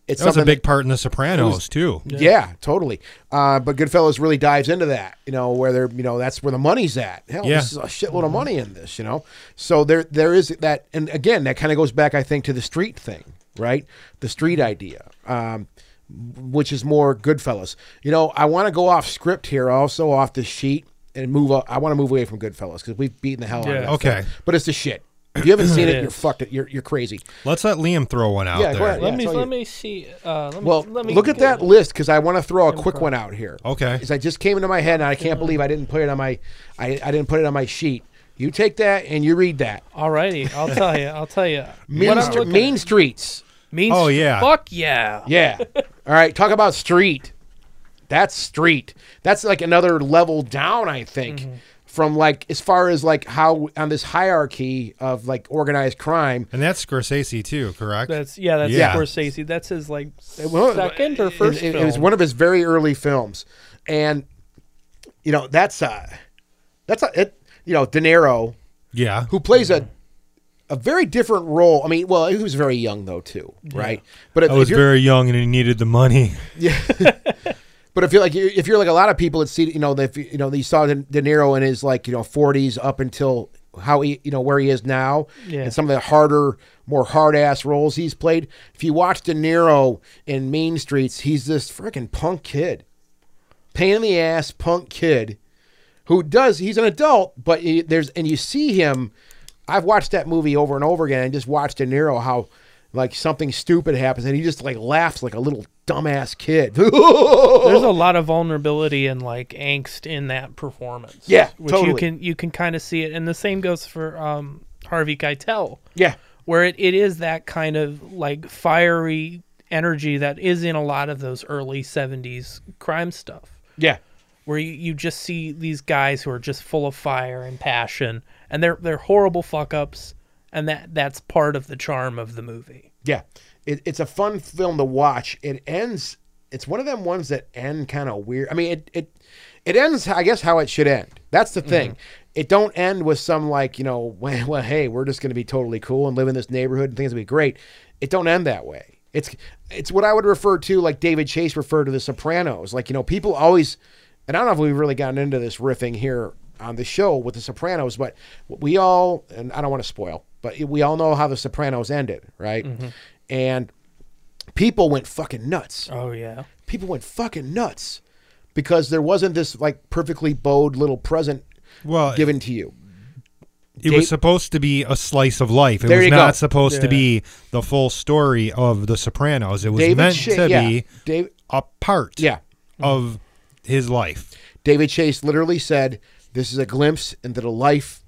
S3: It's
S2: That was a
S3: something that-
S2: big part in The Sopranos too.
S3: yeah, totally. Uh, but Goodfellas really dives into that, you know, where they're, you know, that's where the money's at. Hell,
S2: Yeah.
S3: this is a shitload of money in this, you know. So there, there is that, and again, that kind of goes back, I think, to the street thing, right? The street idea, um, which is more Goodfellas. You know, I want to go off script here, also off the sheet, and move. Up, I want to move away from Goodfellas because we've beaten the hell out
S4: Yeah.
S3: of that.
S2: Okay.
S3: film. but it's the shit. If you haven't seen it,
S4: It
S3: you're
S4: is.
S3: fucked. It. You're you're crazy.
S2: Let's let Liam throw one out
S3: Yeah, go
S2: there.
S3: ahead.
S4: let
S3: yeah,
S4: me
S3: it's all
S4: let
S3: you.
S4: me see uh let me,
S3: Well,
S4: let me
S3: look at that list because I want to throw a quick one out here.
S2: Okay.
S3: Because I just came into my head and I can't believe I didn't put it on my, I, I didn't put it on my sheet. You take that and you read that.
S4: alrighty i'll tell you i'll tell you
S3: Mean, Str- Mean streets.
S4: mean
S2: Oh,
S4: Str-
S2: yeah.
S4: fuck yeah
S3: Yeah. All right. Talk about street. That's street. That's like another level down, I think,
S4: Mm-hmm.
S3: from like as far as like how on this hierarchy of like organized crime.
S2: And that's Scorsese too, correct?
S4: That's yeah, that's
S2: Yeah.
S4: Scorsese. That's his like
S3: Well,
S4: second or
S3: it-
S4: first
S3: It, it
S4: film.
S3: was one of his very early films, and you know that's uh that's a, it. You know, De Niro
S2: yeah.
S3: who plays a a very different role. I mean, well, he was very young though too, right? But if,
S2: I
S3: if
S2: was
S3: you're,
S2: very young and he needed the money.
S3: but if you're like if you're like a lot of people that see you know if you know you saw De De Niro in his like you know 40s up until how he you know where he is now
S4: Yeah.
S3: and some of the harder more hard ass roles he's played. If you watch De Niro in Mean Streets, he's this freaking punk kid, pain in the ass punk kid. who does he's an adult, but he, there's and you see him. I've watched that movie over and over again, and just watched De Niro how like something stupid happens, and he just like laughs like a little dumbass kid.
S4: There's a lot of vulnerability and like angst in that performance.
S3: Yeah,
S4: which you
S3: totally.
S4: can you can kind of see it, and the same goes for um, Harvey Keitel,
S3: yeah,
S4: where it, it is that kind of like fiery energy that is in a lot of those early '70s crime stuff,
S3: yeah,
S4: where you, you just see these guys who are just full of fire and passion, and they're they're horrible fuck ups, and that that's part of the charm of the movie.
S3: yeah. It, it's a fun film to watch. It ends. It's one of them ones that end kind of weird. I mean, it it it ends. I guess how it should end. That's the thing. It don't end with some like you know well, well hey we're just going to be totally cool and live in this neighborhood and things will be great. It don't end that way. It's it's what I would refer to like David Chase referred to the Sopranos. Like, you know, people always and I don't know if we've really gotten into this riffing here on the show with the Sopranos, but we all and I don't want to spoil, but we all know how the Sopranos ended, right?
S2: Mm-hmm.
S3: And people went fucking nuts
S4: Oh yeah.
S3: people went fucking nuts because there wasn't this like perfectly bowed little present
S2: Well,
S3: given to you.
S2: It
S3: Dave-
S2: was supposed to be a slice of life. It
S3: There
S2: was
S3: you go.
S2: not supposed to be
S4: Yeah.
S2: the full story of The Sopranos. It was
S3: David
S2: meant
S3: Chase,
S2: to
S3: yeah,
S2: be
S3: Dave-
S2: a part
S3: Yeah.
S2: of his life.
S3: David Chase literally said, "This is a glimpse into the life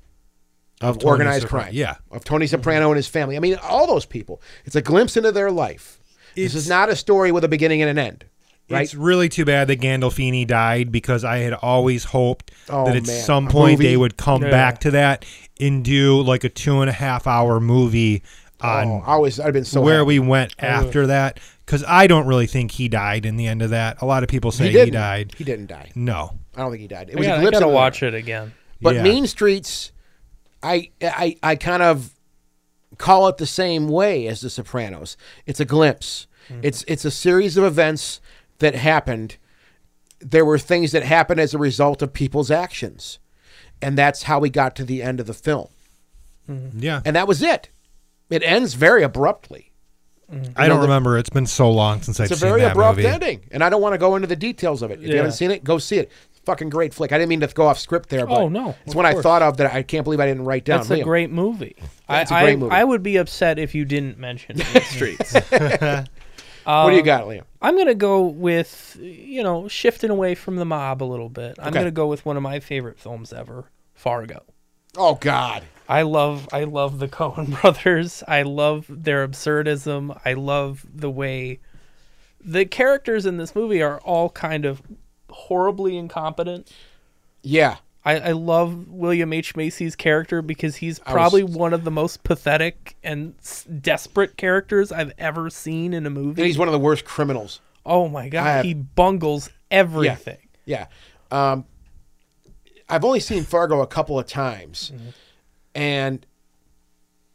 S3: of,
S2: Tony
S3: organized
S2: Soprano,
S3: crime."
S2: yeah. Mm-hmm.
S3: of Tony Soprano and his family. I mean, all those people. It's a glimpse into their life. this
S2: It's-
S3: is not a story with a beginning and an end, right?
S2: It's really too bad that Gandolfini died because I had always hoped
S3: Oh,
S2: that at
S3: man.
S2: some
S3: A
S2: point
S3: movie?
S2: they would come
S4: Yeah.
S2: back to that and do like a two and a half hour movie on
S3: oh, I always, I've been so
S2: where
S3: happy.
S2: we went
S4: Oh.
S2: after that. Because I don't really think he died in the end of that. A lot of people say
S3: he
S2: he,
S3: didn't.
S2: died.
S3: He didn't die.
S2: No.
S3: I don't think he died. It
S4: I
S3: was
S4: gotta,
S3: a
S4: I
S3: glimpse
S4: gotta
S3: into
S4: watch it again.
S3: But
S2: Yeah.
S3: Mean Streets, I, I I kind of call it the same way as The Sopranos. It's a glimpse.
S4: Mm-hmm.
S3: It's it's a series of events that happened. There were things that happened as a result of people's actions, and that's how we got to the end of the film.
S2: Yeah.
S3: And that was it. It ends very abruptly.
S2: I
S3: know,
S2: don't
S3: the-
S2: remember. It's been so long since I've
S3: It's a
S2: seen
S3: very
S2: that
S3: abrupt
S2: movie.
S3: ending, and I don't want to go into the details of it. If you
S4: Yeah.
S3: haven't seen it, go see it. Fucking great flick. I didn't mean to go off script there, but
S4: Oh, no,
S3: it's
S4: of
S3: one I
S4: course.
S3: thought of that I can't believe I didn't write down.
S4: That's a
S3: Liam.
S4: great movie.
S3: Yeah, it's a
S4: I-
S3: great
S4: I,
S3: movie.
S4: I would be upset if you didn't mention Mean Streets.
S3: what do
S4: um,
S3: you got, Liam?
S4: I'm gonna go with you know shifting away from the mob a little bit. I'm
S3: Okay.
S4: gonna go with one of my favorite films ever, Fargo.
S3: Oh God.
S4: I love I love the Coen brothers. I love their absurdism. I love the way the characters in this movie are all kind of horribly incompetent.
S3: Yeah.
S4: I, I love William H. Macy's character because he's
S3: was-
S4: probably one of the most pathetic and s- desperate characters I've ever seen in a
S3: And
S4: movie.
S3: he's one of the worst criminals.
S4: Oh my god,
S3: I have-
S4: he bungles everything.
S3: Yeah. Um, I've only seen Fargo a couple of times. And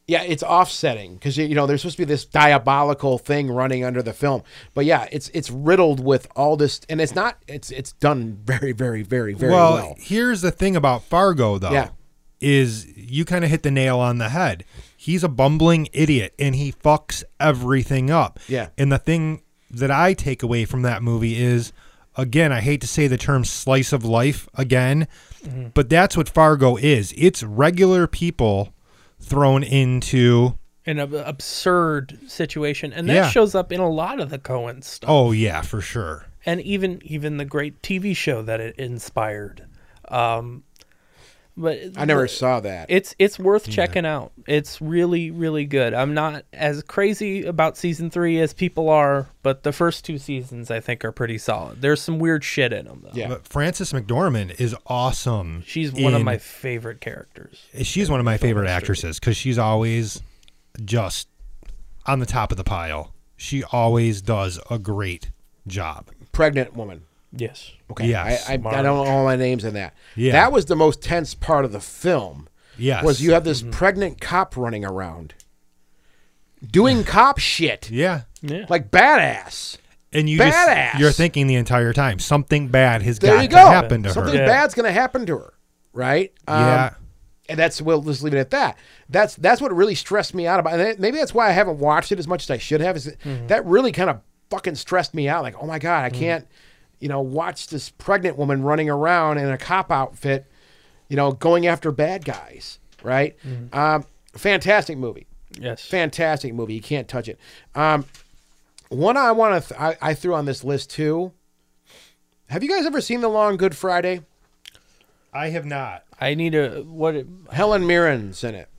S3: yeah, it's offsetting because you know there's supposed to be this diabolical thing running under the film, but yeah, it's it's riddled with all this, and it's not it's it's done very very very very well.
S2: well, here's the thing about Fargo, though,
S3: Yeah.
S2: is you kind of hit the nail on the head. He's a bumbling idiot, and he fucks everything up.
S3: Yeah.
S2: And the thing that I take away from that movie is, again, I hate to say the term "slice of life" again,
S3: Mm-hmm.
S2: but that's what Fargo is. It's regular people thrown into.
S4: an ab- absurd situation and that
S2: Yeah.
S4: shows up in a lot of the cohen stuff
S2: Oh yeah, for sure.
S4: and even even the great tv show that it inspired um but
S3: I never saw that.
S4: it's it's worth checking out it's really really good i'm not as crazy about season three as people are but the first two seasons i think are pretty solid there's some weird shit in them though
S3: Yeah.
S2: But Frances McDormand is awesome.
S4: she's one of
S2: in
S4: my favorite characters
S2: she's one of my favorite actresses because she's always just on the top of the pile. She always does a great job.
S3: Pregnant woman.
S4: yes
S3: Okay.
S2: Yes.
S3: I, I, I don't know all my names in that.
S2: Yeah.
S3: That was the most tense part of the film.
S2: Yes. Mm-hmm.
S3: Was you have this pregnant cop running around doing cop shit.
S2: Yeah.
S4: yeah
S3: Like badass.
S2: And you
S3: Badass.
S2: just you're thinking the entire time something bad has
S3: There
S2: got
S3: you
S2: to
S3: go.
S2: happen to
S3: Something
S2: her.
S4: Yeah.
S3: bad's gonna happen to her. Right? Um,
S2: Yeah.
S3: And that's we'll just leave it at that. That's that's what really stressed me out about and maybe that's why I haven't watched it as much as I should have. Is that-
S2: Mm-hmm.
S3: that really kind of fucking stressed me out. Like, oh my God, I
S2: Mm.
S3: can't, you know, watch this pregnant woman running around in a cop outfit, you know, going after bad guys. Right?
S2: Mm-hmm.
S3: Um, fantastic movie.
S4: yes
S3: Fantastic movie. You can't touch it. Um, one I want to th- I, I threw on this list too. Have you guys ever seen The Long Good Friday?
S2: I have not.
S4: i need a what
S3: Helen Mirren's in it.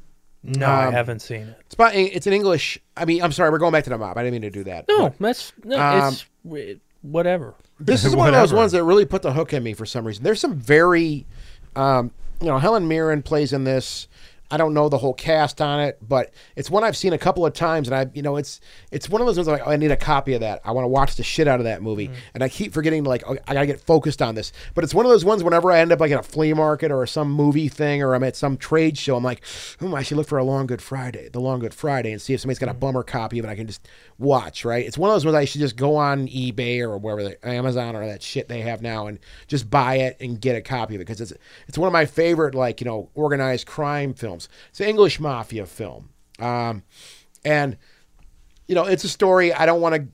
S3: Um,
S4: no i haven't seen it
S3: It's by, it's an English. I mean, I'm sorry, we're going back to the mob. I didn't mean to do that.
S4: No,
S3: But
S4: that's no,
S3: um,
S4: it's w- whatever.
S3: this is one of those
S2: Whatever.
S3: ones that really put the hook in me for some reason. There's some very, um, you know, Helen Mirren plays in this. I don't know the whole cast on it, but it's one I've seen a couple of times, and I, you know, it's it's one of those ones like oh, I need a copy of that. I want to watch the shit out of that movie, and I keep forgetting like oh, I gotta get focused on this. But it's one of those ones whenever I end up like at a flea market or some movie thing or I'm at some trade show, I'm like, hmm, I should look for a Long Good Friday, the Long Good Friday, and see if somebody's got a bummer copy of it. I can just watch, right? It's one of those ones I should just go on eBay or wherever, the, Amazon or that shit they have now, and just buy it and get a copy of it because it's it's one of my favorite like you know organized crime films. It's an English mafia film, um, and you know it's a story I don't want to.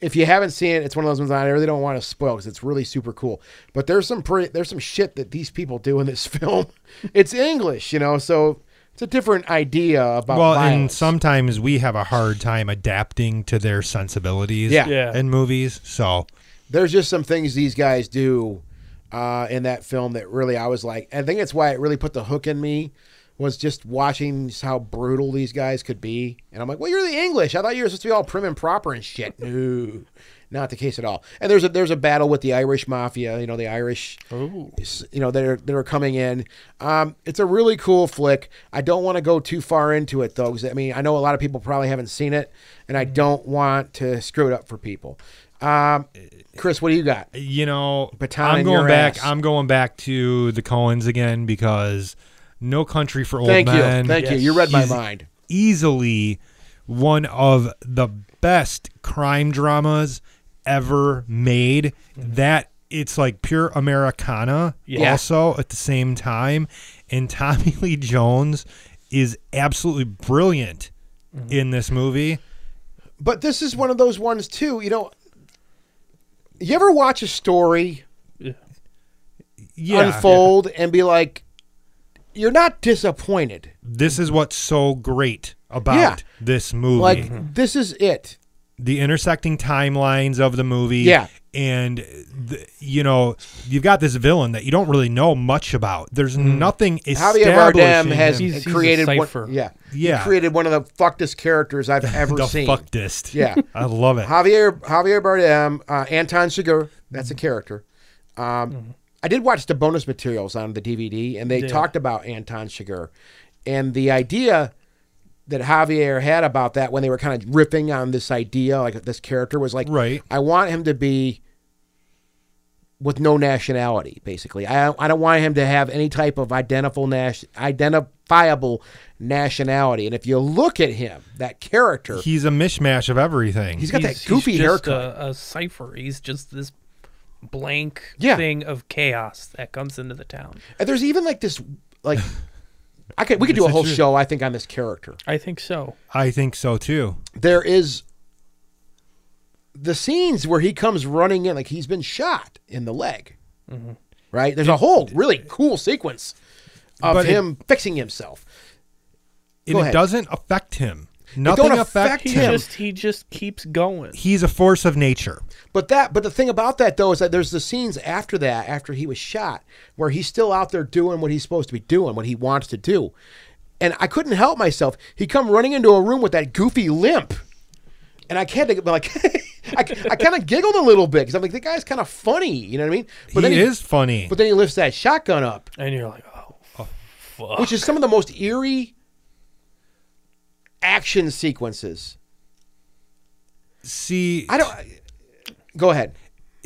S3: If you haven't seen it, it's one of those ones I really don't want to spoil because it's really super cool. But there's some pretty there's some shit that these people do in this film. it's English, you know, so it's a different idea about
S2: well, and
S3: violence.
S2: sometimes we have a hard time adapting to their sensibilities
S3: Yeah.
S4: Yeah.
S2: in movies. So
S3: there's just some things these guys do uh, in that film that really I was like, I think that's why it really put the hook in me was just watching how brutal these guys could be. And I'm like, well, you're the English. I thought you were supposed to be all prim and proper and shit. No, not the case at all. And there's a there's a battle with the Irish mafia. You know, the Irish, you know, that are that are coming in. Um, it's a really cool flick. I don't want to go too far into it though, 'cause, I mean, I know a lot of people probably haven't seen it, and I don't want to screw it up for people. Um, Chris, what do you got?
S2: you know,
S3: Baton
S2: I'm
S3: in
S2: going
S3: your
S2: back.
S3: ass.
S2: I'm going back to the Coens again because No Country for Old
S3: Thank you.
S2: Men.
S3: Thank you.
S4: Yes.
S3: You read my
S2: He's-
S3: mind.
S2: easily one of the best crime dramas ever made.
S3: Mm-hmm.
S2: That it's like pure Americana
S4: Yeah.
S2: also at the same time. And Tommy Lee Jones is absolutely brilliant
S3: Mm-hmm.
S2: in this movie.
S3: But this is one of those ones too. You know, you ever watch a story
S2: Yeah.
S3: unfold and be like, you're not disappointed.
S2: This is what's so great about
S3: Yeah.
S2: this movie.
S3: Like this is it.
S2: the intersecting timelines of the movie.
S3: Yeah.
S2: And, the, you know, you've got this villain that you don't really know much about. There's nothing establishing.
S3: Mm-hmm. Javier Bardem has
S2: him.
S4: He's- he's a
S3: created
S4: cipher.
S3: one. Yeah, He
S2: Yeah.
S3: created one of the fuckedest characters I've ever
S2: the
S3: seen.
S2: fuckedest.
S3: Yeah.
S2: I love it.
S3: Javier Javier Bardem, uh, Anton Chigurh, that's a character. Um, I did watch the bonus materials on the DVD, and they talked about Anton Chigurh, and the idea that Javier had about that when they were kind of ripping on this idea, like this character was like,
S2: Right.
S3: I want him to be with no nationality, basically. I I don't want him to have any type of identifiable nas- identifiable nationality. And if you look at him, that character,
S2: He's a mishmash of everything.
S3: he's uh, got
S4: He's-
S3: that goofy
S4: he's just
S3: haircut.
S4: A, a cipher. He's just this blank
S3: Yeah.
S4: thing of chaos that comes into the town.
S3: And there's even like this, like I could we could do a
S2: the
S3: whole
S2: truth.
S3: show I think on this character.
S4: I think so.
S2: I think so too.
S3: There is the scenes where he comes running in, like he's been shot in the leg,
S2: Mm-hmm.
S3: right? There's a whole really cool sequence of
S2: But it-
S3: him fixing himself.
S2: And
S3: Go
S2: it
S3: ahead.
S2: doesn't affect him. Nothing
S3: don't affect
S2: affects
S4: He
S2: him.
S3: him.
S4: just he just keeps going.
S2: He's a force of nature.
S3: But that, but the thing about that though is that there's the scenes after that, after he was shot, where he's still out there doing what he's supposed to be doing, what he wants to do. And I couldn't help myself. He come running into a room with that goofy limp, and I had to be like, I, I kind of giggled a little bit because I'm like, the guy's kind of funny, you know what I mean?
S2: he, is funny.
S3: But then he lifts that shotgun up,
S4: And you're like, oh, fuck.
S3: which is some of the most eerie action sequences.
S2: See,
S3: I don't. Go ahead.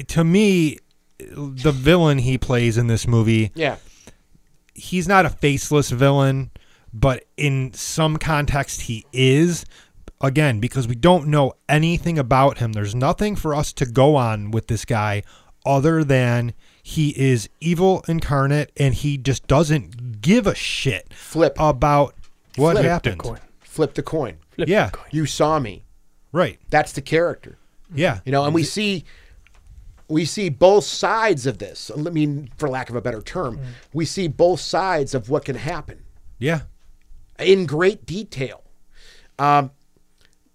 S2: to me, the villain he plays in this movie
S3: Yeah.
S2: he's not a faceless villain, but in some context he is. Again, because we don't know anything about him. There's nothing for us to go on with this guy other than he is evil incarnate and he just doesn't give a shit
S3: Flip.
S2: about what
S3: Flip the
S2: happened.
S4: coin.
S3: Flip the coin.
S4: Flip
S2: Yeah.
S4: the coin.
S3: You saw me.
S2: Right.
S3: That's the character.
S2: Yeah.
S3: you know and we see we see both sides of this i mean for lack of a better term we see both sides of what can happen
S2: Yeah.
S3: in great detail um,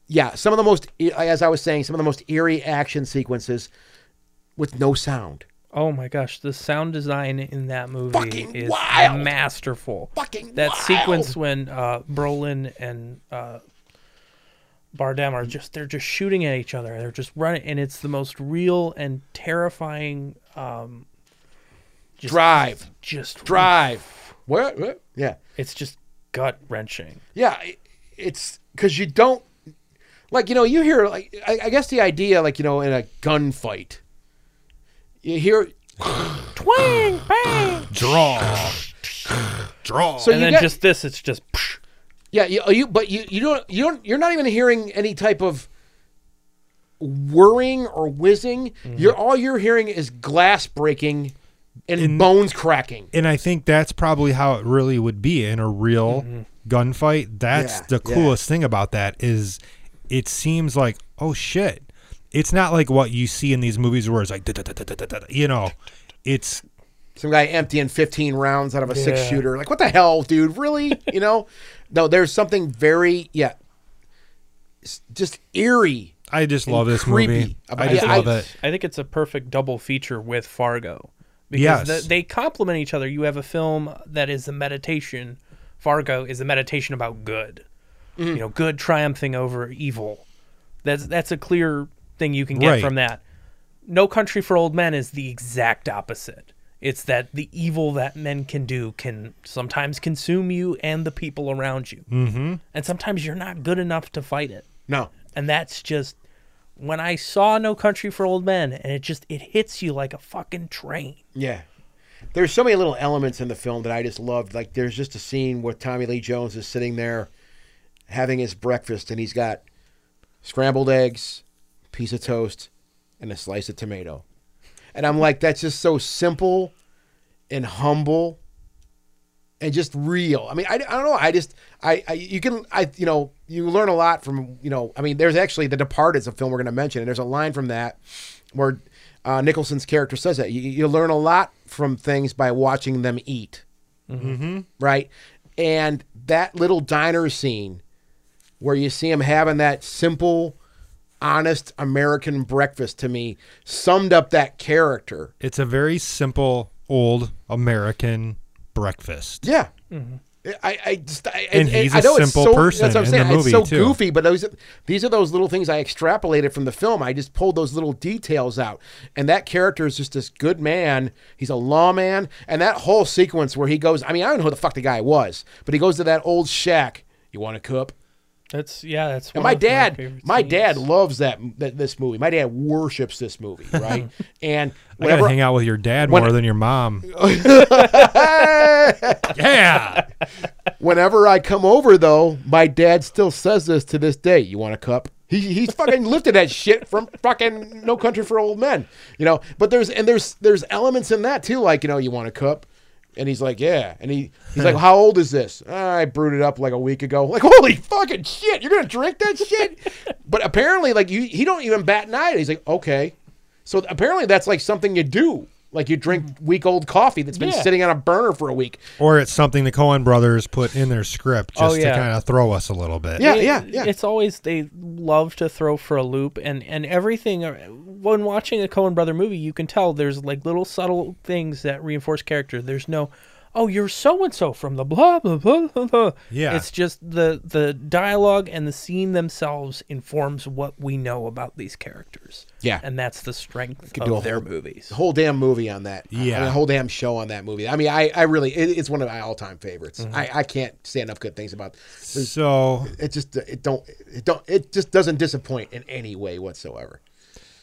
S3: yeah some of the most e, as i was saying some of the most eerie action sequences with no sound
S4: Oh my gosh, the sound design in that movie
S3: Fucking
S4: is
S3: wild.
S4: masterful.
S3: Fucking
S4: that
S3: wild.
S4: sequence when uh, Brolin and uh, Bardem are just they're just shooting at each other. They're just running, and it's the most real and terrifying. Um, just,
S3: drive
S4: just
S3: drive what, what? yeah
S4: It's just gut wrenching.
S3: Yeah, i- it's because you don't like you know you hear like I, I guess the idea like you know in a gunfight you hear
S4: Twang, bang,
S2: Draw. Draw.
S3: so
S4: and
S3: you
S4: then
S3: get,
S4: just this. It's just.
S3: yeah you, you but you you don't you don't you're not even hearing any type of whirring or whizzing.
S4: Mm-hmm.
S3: You're all you're hearing is glass breaking and bones cracking.
S2: and I think that's probably how it really would be in a real
S3: Mm-hmm.
S2: gunfight. That's
S3: Yeah,
S2: the
S3: yeah.
S2: coolest thing about that is it seems like oh shit. It's not like what you see in these movies where it's like da, da, da, da, da, da, da, you know, it's
S3: Some guy emptying 15 rounds out of a six
S4: Yeah.
S3: shooter. Like what the hell, dude? Really? you know? No, there's something very yeah, s- just eerie.
S2: I just
S3: And
S2: love this movie.
S3: creepy
S2: I
S3: about-
S2: just
S3: yeah,
S2: love
S3: I-
S2: it.
S4: I think it's a perfect double feature with Fargo
S2: Yes.
S4: because the, they complement each other. You have a film that is a meditation. Fargo is a meditation about good. You know, good triumphing over evil. That's that's a clear thing you can get
S2: Right.
S4: from that. No Country for Old Men is the exact opposite. It's that the evil that men can do can sometimes consume you and the people around you. Mm-hmm. And sometimes you're not good enough to fight it
S3: No.
S4: and that's just when I saw No Country for Old Men, and it just it hits you like a fucking train.
S3: Yeah. There's so many little elements in the film that I just loved. Like there's just a scene where Tommy Lee Jones is sitting there having his breakfast and he's got scrambled eggs, piece of toast, and a slice of tomato. And I'm like, that's just so simple and humble and just real. I mean, I, I don't know. I just, I, I, you can, I, you know, you learn a lot from, you know, I mean, there's actually The Departed is a film we're going to mention, and there's a line from that where uh, Nicholson's character says that you, you learn a lot from things by watching them eat, mm-hmm. right? And that little diner scene where you see him having that simple, honest American breakfast to me summed up that character.
S2: It's a very simple old American breakfast.
S3: Yeah. Mm-hmm. I, I just I,
S2: And
S3: I-
S2: he's
S3: I
S2: a
S3: know it's
S2: simple
S3: so,
S2: person
S3: That's what I'm
S2: in
S3: saying.
S2: the
S3: it's so
S2: movie, too.
S3: goofy, but those these are those little things I extrapolated from the film. I just pulled those little details out, and that character is just this good man. He's a lawman, and that whole sequence where he goes. I mean, I don't know who the fuck the guy was, but he goes to that old shack. You want a cup?
S4: That's yeah, that's
S3: And my dad, my dad loves that, that this movie. My dad worships this movie, right? and
S2: I gotta
S3: whenever
S2: hang out with your dad
S3: when-
S2: more than your mom. yeah.
S3: Whenever I come over, though, my dad still says this to this day. You want a cup? He, he's fucking lifted that shit from fucking No Country for Old Men, you know. But there's and there's there's elements in that too, like you know, you want a cup, and he's like, yeah, and he he's like, how old is this? "Ah, I brewed it up like a week ago. Like, holy fucking shit, you're gonna drink that shit? but apparently, like you, he don't even bat an eye. He's like, okay, so apparently that's like something you do. Like you drink week old coffee that's been
S4: Yeah.
S3: sitting on a burner for a week.
S2: Or it's something the Cohen brothers put in their script
S4: Oh,
S2: just
S4: yeah.
S2: to kind of throw us a little bit.
S3: Yeah, yeah, yeah.
S4: It's always they love to throw for a loop, and and everything. ar- When watching a Coen Brother movie, you can tell there's like little subtle things that reinforce character. There's no, oh, you're so and so from the blah blah blah blah. blah.
S2: Yeah.
S4: it's just the the dialogue and the scene themselves informs what we know about these characters.
S3: Yeah.
S4: and that's the strength
S3: do a
S4: of their
S3: whole-
S4: movies.
S3: whole damn movie on that.
S2: Yeah.
S3: I mean, a whole damn show on that movie. I mean, I, I really, it, it's one of my all time favorites. I, I can't say enough good things about.
S2: So
S3: It just it don't it don't it just doesn't disappoint in any way whatsoever.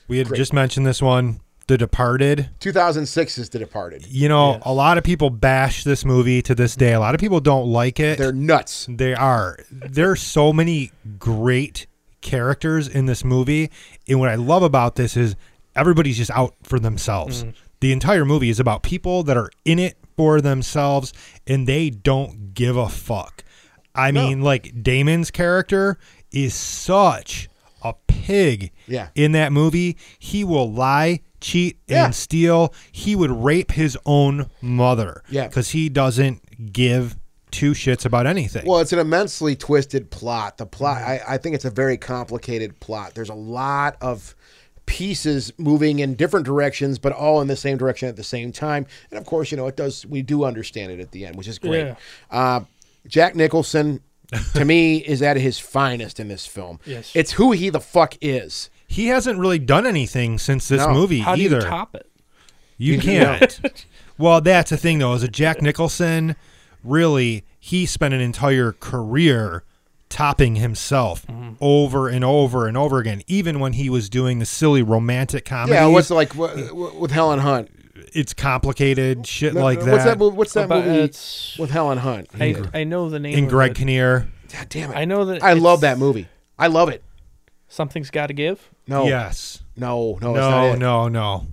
S2: we had just mentioned this one, The Departed.
S3: 2006 is The Departed.
S2: You know, a lot of people bash this movie to this day. A lot of people don't like it.
S3: They're nuts.
S2: They are. There are so many great characters in this movie. And what I love about this is everybody's just out for themselves.
S3: Mm-hmm.
S2: The entire movie is about people that are in it for themselves and they don't give a fuck. I mean, like Damon's character is such a pig
S3: Yeah.
S2: in that movie. He will lie, cheat,
S3: Yeah.
S2: and steal. He would rape his own mother.
S3: Yeah.
S2: Because he doesn't give two shits about anything.
S3: Well, it's an immensely twisted plot. The plot, I,
S4: Mm-hmm.
S3: I think it's a very complicated plot. There's a lot of pieces moving in different directions, but all in the same direction at the same time. And of course, you know, it does, we do understand it at the end, which is great.
S4: Yeah.
S3: Uh, Jack Nicholson, to me, is at his finest in this film.
S4: Yes.
S3: It's who he the fuck is.
S2: he hasn't really done anything since this
S3: No.
S2: movie
S4: How do
S2: either.
S4: you top it?
S2: You can't. well, that's the thing though. Is a Jack Nicholson really? He spent an entire career topping himself
S4: Mm-hmm.
S2: over and over and over again. Even when he was doing the silly romantic comedy,
S3: Yeah, what's like what, what- with Helen Hunt?
S2: it's complicated shit like that.
S3: What's that movie? What's that
S4: About-
S3: movie
S4: it's-
S3: with Helen Hunt?
S4: I, I know the name.
S2: And
S4: of
S2: Greg
S4: it.
S2: Kinnear.
S3: God damn it.
S4: I know that
S3: I
S4: it's-
S3: love that movie. I love it.
S4: Something's got to give.
S3: No.
S2: Yes.
S3: No. No. it's not
S2: No,
S3: it.
S2: no, no.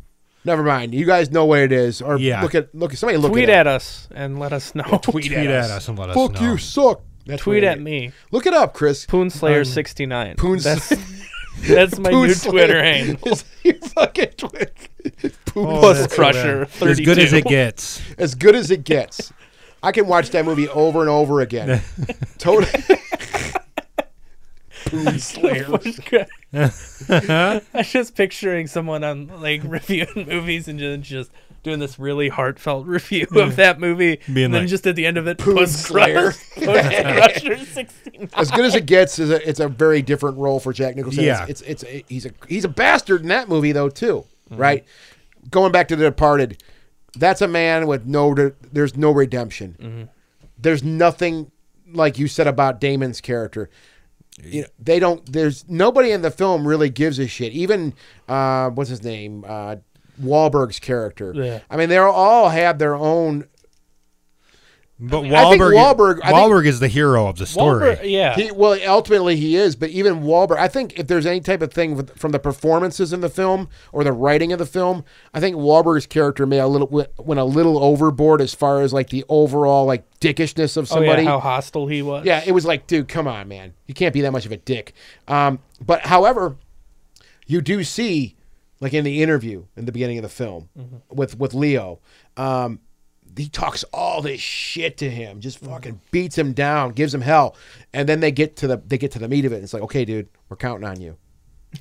S3: Never mind. You guys know what it is. Or
S2: Yeah.
S3: look at look at somebody look it
S4: Tweet
S3: up.
S4: at us and let us know.
S2: Tweet, at, us. and let
S3: Fuck
S2: us know.
S3: you, suck. That's
S4: Tweet
S3: what it
S4: at
S3: is.
S4: me.
S3: Look it up, Chris.
S4: Poonslayer69.
S3: Poon-
S4: That's, that's my new
S3: Um, Poonslayer
S4: Twitter handle.
S3: is your fucking Twitter. Poon-
S2: Oh,
S4: Puss
S2: that's
S4: Crusher,
S2: so bad. As good as
S4: 32.
S2: it gets.
S3: As good as it gets. I can watch that movie over and over again. totally. Poon Slayer.
S4: I'm just picturing someone on like reviewing movies and just, just doing this really heartfelt review of that movie,
S2: Being
S4: and then
S2: like,
S4: just at the end of it,
S3: "Poon
S4: Puss
S3: Slayer."
S4: Crusher, Puss Crusher 69.
S3: As good as it gets is a, it's a very different role for Jack Nicholson.
S2: Yeah.
S3: It's, it's it's he's a he's a bastard in that movie though too, right? Going back to The Departed, that's a man with no re- there's no redemption. There's nothing like you said about Damon's character. You know, they don't. There's nobody in the film really gives a shit. Even uh, what's his name, uh, Wahlberg's character.
S4: Yeah.
S3: I mean, they all have their own.
S2: But
S3: I think
S2: Wahlberg,
S3: Wahlberg-
S2: Wahlberg,
S3: I think-
S2: is the hero of the story.
S4: Wahlberg- yeah,
S3: He, well, ultimately he is, but even Wahlberg, I think if there's any type of thing with, from the performances in the film or the writing of the film, I think Wahlberg's character may a little went- went a little overboard as far as like the overall like dickishness of
S4: oh, yeah,
S3: somebody.
S4: how hostile he was.
S3: Yeah, it was like, dude, come on, man. You can't be that much of a dick. Um, but however, you do see, like in the interview in the beginning of the film
S4: Mm-hmm.
S3: with with Leo, um, he talks all this shit to him, just
S4: Mm-hmm.
S3: fucking beats him down, gives him hell, and then they get to the they get to the meat of it. And it's like, okay, dude, we're counting on you.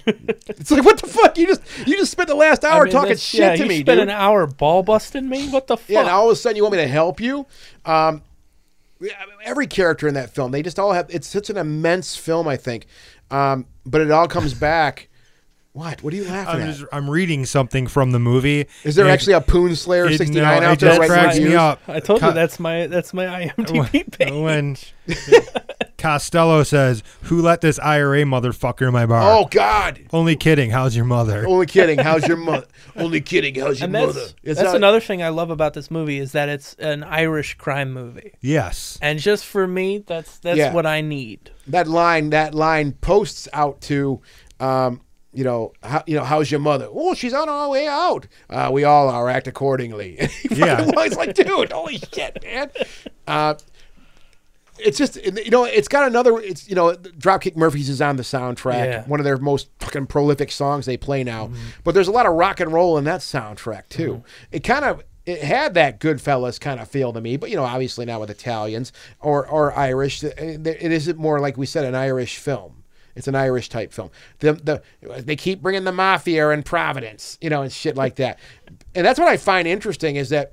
S3: it's like, what the fuck? You just you just spent the last
S4: I
S3: hour
S4: mean,
S3: talking
S4: that's-
S3: shit
S4: yeah,
S3: to
S4: you
S3: me,
S4: spent
S3: dude.
S4: an hour ball busting me. What the fuck?
S3: Yeah, and all of a sudden you want me to help you. Um, every character in that film, they just all have. It's such an immense film, I think. Um, but it all comes back. What? What are you laughing
S2: I'm,
S3: at?
S2: just, I'm reading something from the movie.
S3: Is there
S2: and
S3: actually a Poon Slayer
S2: it-
S3: 69
S2: no,
S3: out
S2: it
S3: there
S2: just
S3: right
S2: cracks
S3: now?
S2: me up.
S4: I told
S2: Co-
S4: you that's my that's my IMDb page.
S2: when Costello says, "Who let this IRA motherfucker in my bar?"
S3: Oh God!
S2: Only kidding. How's your mother?
S3: Only kidding. How's your mother? Only kidding. How's your
S4: And
S3: mother?
S4: that's,
S3: It's
S4: that's
S3: not-
S4: another thing I love about this movie is that it's an Irish crime movie.
S2: Yes.
S3: Um,
S4: And just for me, that's that's
S3: Yeah.
S4: what I need.
S3: that line that line posts out to um, you know how, you know how's your mother oh she's on her way out uh, we all are act accordingly
S2: Yeah.
S3: yeah it's like dude holy shit man uh, it's just you know it's got another it's you know dropkick murphys is on the soundtrack
S4: Yeah.
S3: one of their most fucking prolific songs they play now but there's a lot of rock and roll in that soundtrack too it kind of it had that goodfellas kind of feel to me but you know obviously not with italians or or irish it it isn't more like we said an irish film it's an Irish type film. The, the they keep bringing the mafia and Providence, you know, and shit like that. And that's what I find interesting is that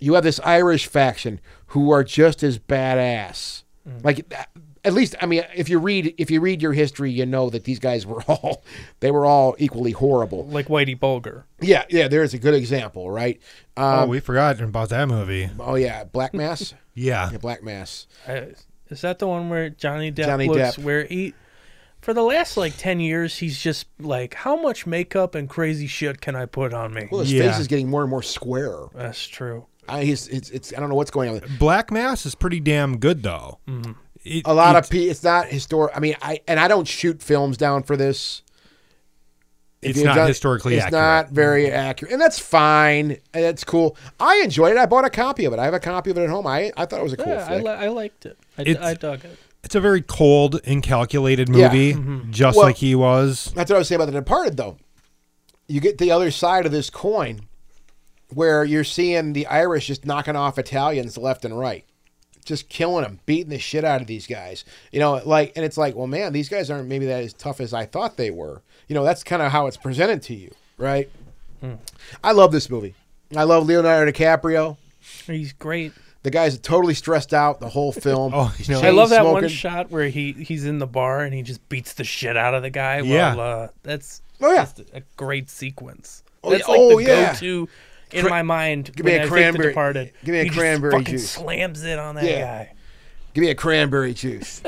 S3: you have this Irish faction who are just as badass.
S2: Mm.
S3: Like uh, at least I mean if you read if you read your history you know that these guys were all they were all equally horrible.
S4: Like Whitey Bulger.
S3: Yeah, yeah, there's a good example, right? Um,
S2: oh, we forgot about that movie.
S3: oh yeah, Black Mass.
S2: Yeah.
S3: yeah, Black Mass.
S4: I- Is that the one where Johnny Depp
S3: Johnny
S4: looks
S3: Depp.
S4: where he for the last like 10 years he's just like how much makeup and crazy shit can I put on me?
S3: Well, his
S2: Yeah.
S3: face is getting more and more square.
S4: That's true.
S3: I, he's, it's, it's, I don't know what's going on. with
S2: Black Mass is pretty damn good though. It-
S3: a lot of
S2: it-
S3: people. It's not historic. I mean, I and I don't shoot films down for this. If
S2: It's
S3: you've
S2: not historically
S3: It's
S2: accurate.
S3: not very accurate, and that's fine. And that's cool. I enjoyed it. I bought a copy of it. I have a copy of it at home. I, I thought it was a cool
S4: Yeah, I,
S3: flick.
S4: li- I liked it. I,
S2: It's-
S4: I dug it.
S2: it's a very cold and calculated
S3: Yeah.
S2: movie, just
S3: Well-
S2: like he was.
S3: that's what I was saying about The Departed, though. You get the other side of this coin, where you're seeing the Irish just knocking off Italians left and right, just killing them, beating the shit out of these guys. You know, like, and it's like, well, man, these guys aren't maybe that as tough as I thought they were. You know, that's kind of how it's presented to you, right?
S4: Hmm.
S3: I love this movie. I love Leonardo DiCaprio.
S4: He's great.
S3: The guy's totally stressed out the whole film.
S2: Oh, you know-
S4: I love that one
S3: Chain-smoking.
S4: shot where he he's in the bar and he just beats the shit out of the guy.
S2: Yeah.
S4: Well, uh, that's
S3: Oh, yeah.
S4: just a great sequence.
S3: Oh,
S4: that's
S3: yeah.
S4: like
S3: Oh,
S4: the
S3: yeah.
S4: go-to in
S3: Cra-
S4: my mind.
S3: Give me
S4: when
S3: a
S4: I think The
S3: cranberry-
S4: Departed.
S3: give me a
S4: He just
S3: cranberry
S4: fucking
S3: juice.
S4: Slams it on that
S3: Yeah.
S4: guy.
S3: Give me a cranberry juice.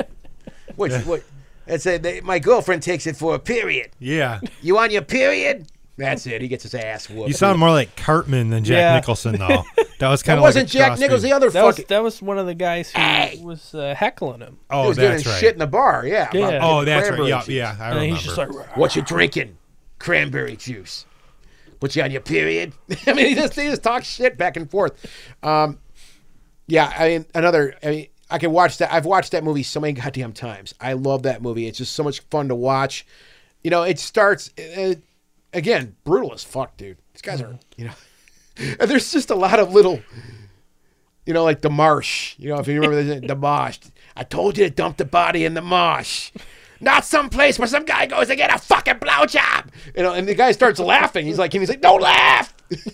S3: Which, what? That's a, they, my girlfriend takes it for a period.
S2: Yeah.
S3: You on your period? That's it. He gets his ass whooped.
S2: You sound more like Cartman than Jack
S4: Yeah.
S2: Nicholson, though. That was kind of like
S3: That
S2: a
S3: wasn't Jack
S2: cross
S3: Nichols. The
S2: between-
S3: other
S4: That was
S3: fucking.
S4: that was one of the guys who was uh, heckling him.
S3: he
S2: Oh,
S3: was giving
S2: that's right.
S3: shit in the bar. Yeah.
S4: Yeah.
S3: about
S2: Oh, that's right.
S3: cranberry
S2: Yeah,
S3: juice.
S2: yeah. I
S4: And
S2: remember.
S4: he's just like,
S3: What you drinking? Cranberry juice. What you on your period? I mean, he just he just talks shit back and forth. Um, yeah, I mean, another. I mean, I can watch that. I've watched that movie so many goddamn times. I love that movie. It's just so much fun to watch. You know, it starts uh, again brutal as fuck, dude. These guys are, you know, and there's just a lot of little. You know, like the marsh. You know, if you remember the, the marsh. I told you to dump the body in the marsh. Not someplace where some guy goes to get a fucking blowjob. You know, and the guy starts laughing. He's like, and he's like, don't laugh.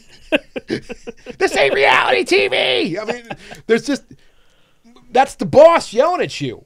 S3: this ain't reality TV. I mean, there's just, that's the boss yelling at you.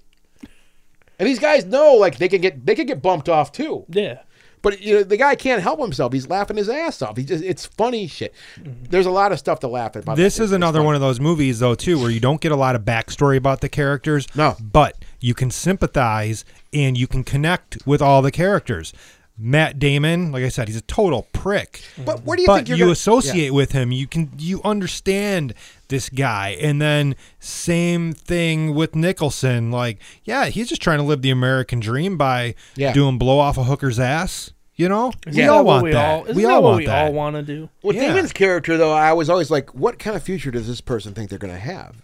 S3: And these guys know, like, they can get, they can get bumped off too.
S4: yeah,
S3: But you know, the guy can't help himself. He's laughing his ass off. He just, it's funny shit. There's a lot of stuff to laugh at. about
S2: This
S3: it.
S2: is another one of those movies, though, too, where you don't get a lot of backstory about the characters.
S3: No.
S2: But you can sympathize and you can connect with all the characters. Matt Damon, like I said, he's a total prick.
S3: But where do you
S2: but
S3: think you're
S2: you
S3: gonna-
S2: associate
S3: Yeah.
S2: with him. You can you understand this guy, and then same thing with Nicholson. Like, yeah, he's just trying to live the American dream by
S3: Yeah.
S2: doing blow off a hooker's ass. You know,
S4: Isn't
S2: we
S4: that
S2: all
S4: what
S2: want
S4: we
S2: that.
S4: All, isn't
S2: we
S4: that
S2: all
S4: what
S2: want
S4: we
S2: that.
S4: all want to do?
S3: Well,
S2: Yeah.
S3: Damon's character, though, I was always like, what kind of future does this person think they're going to have?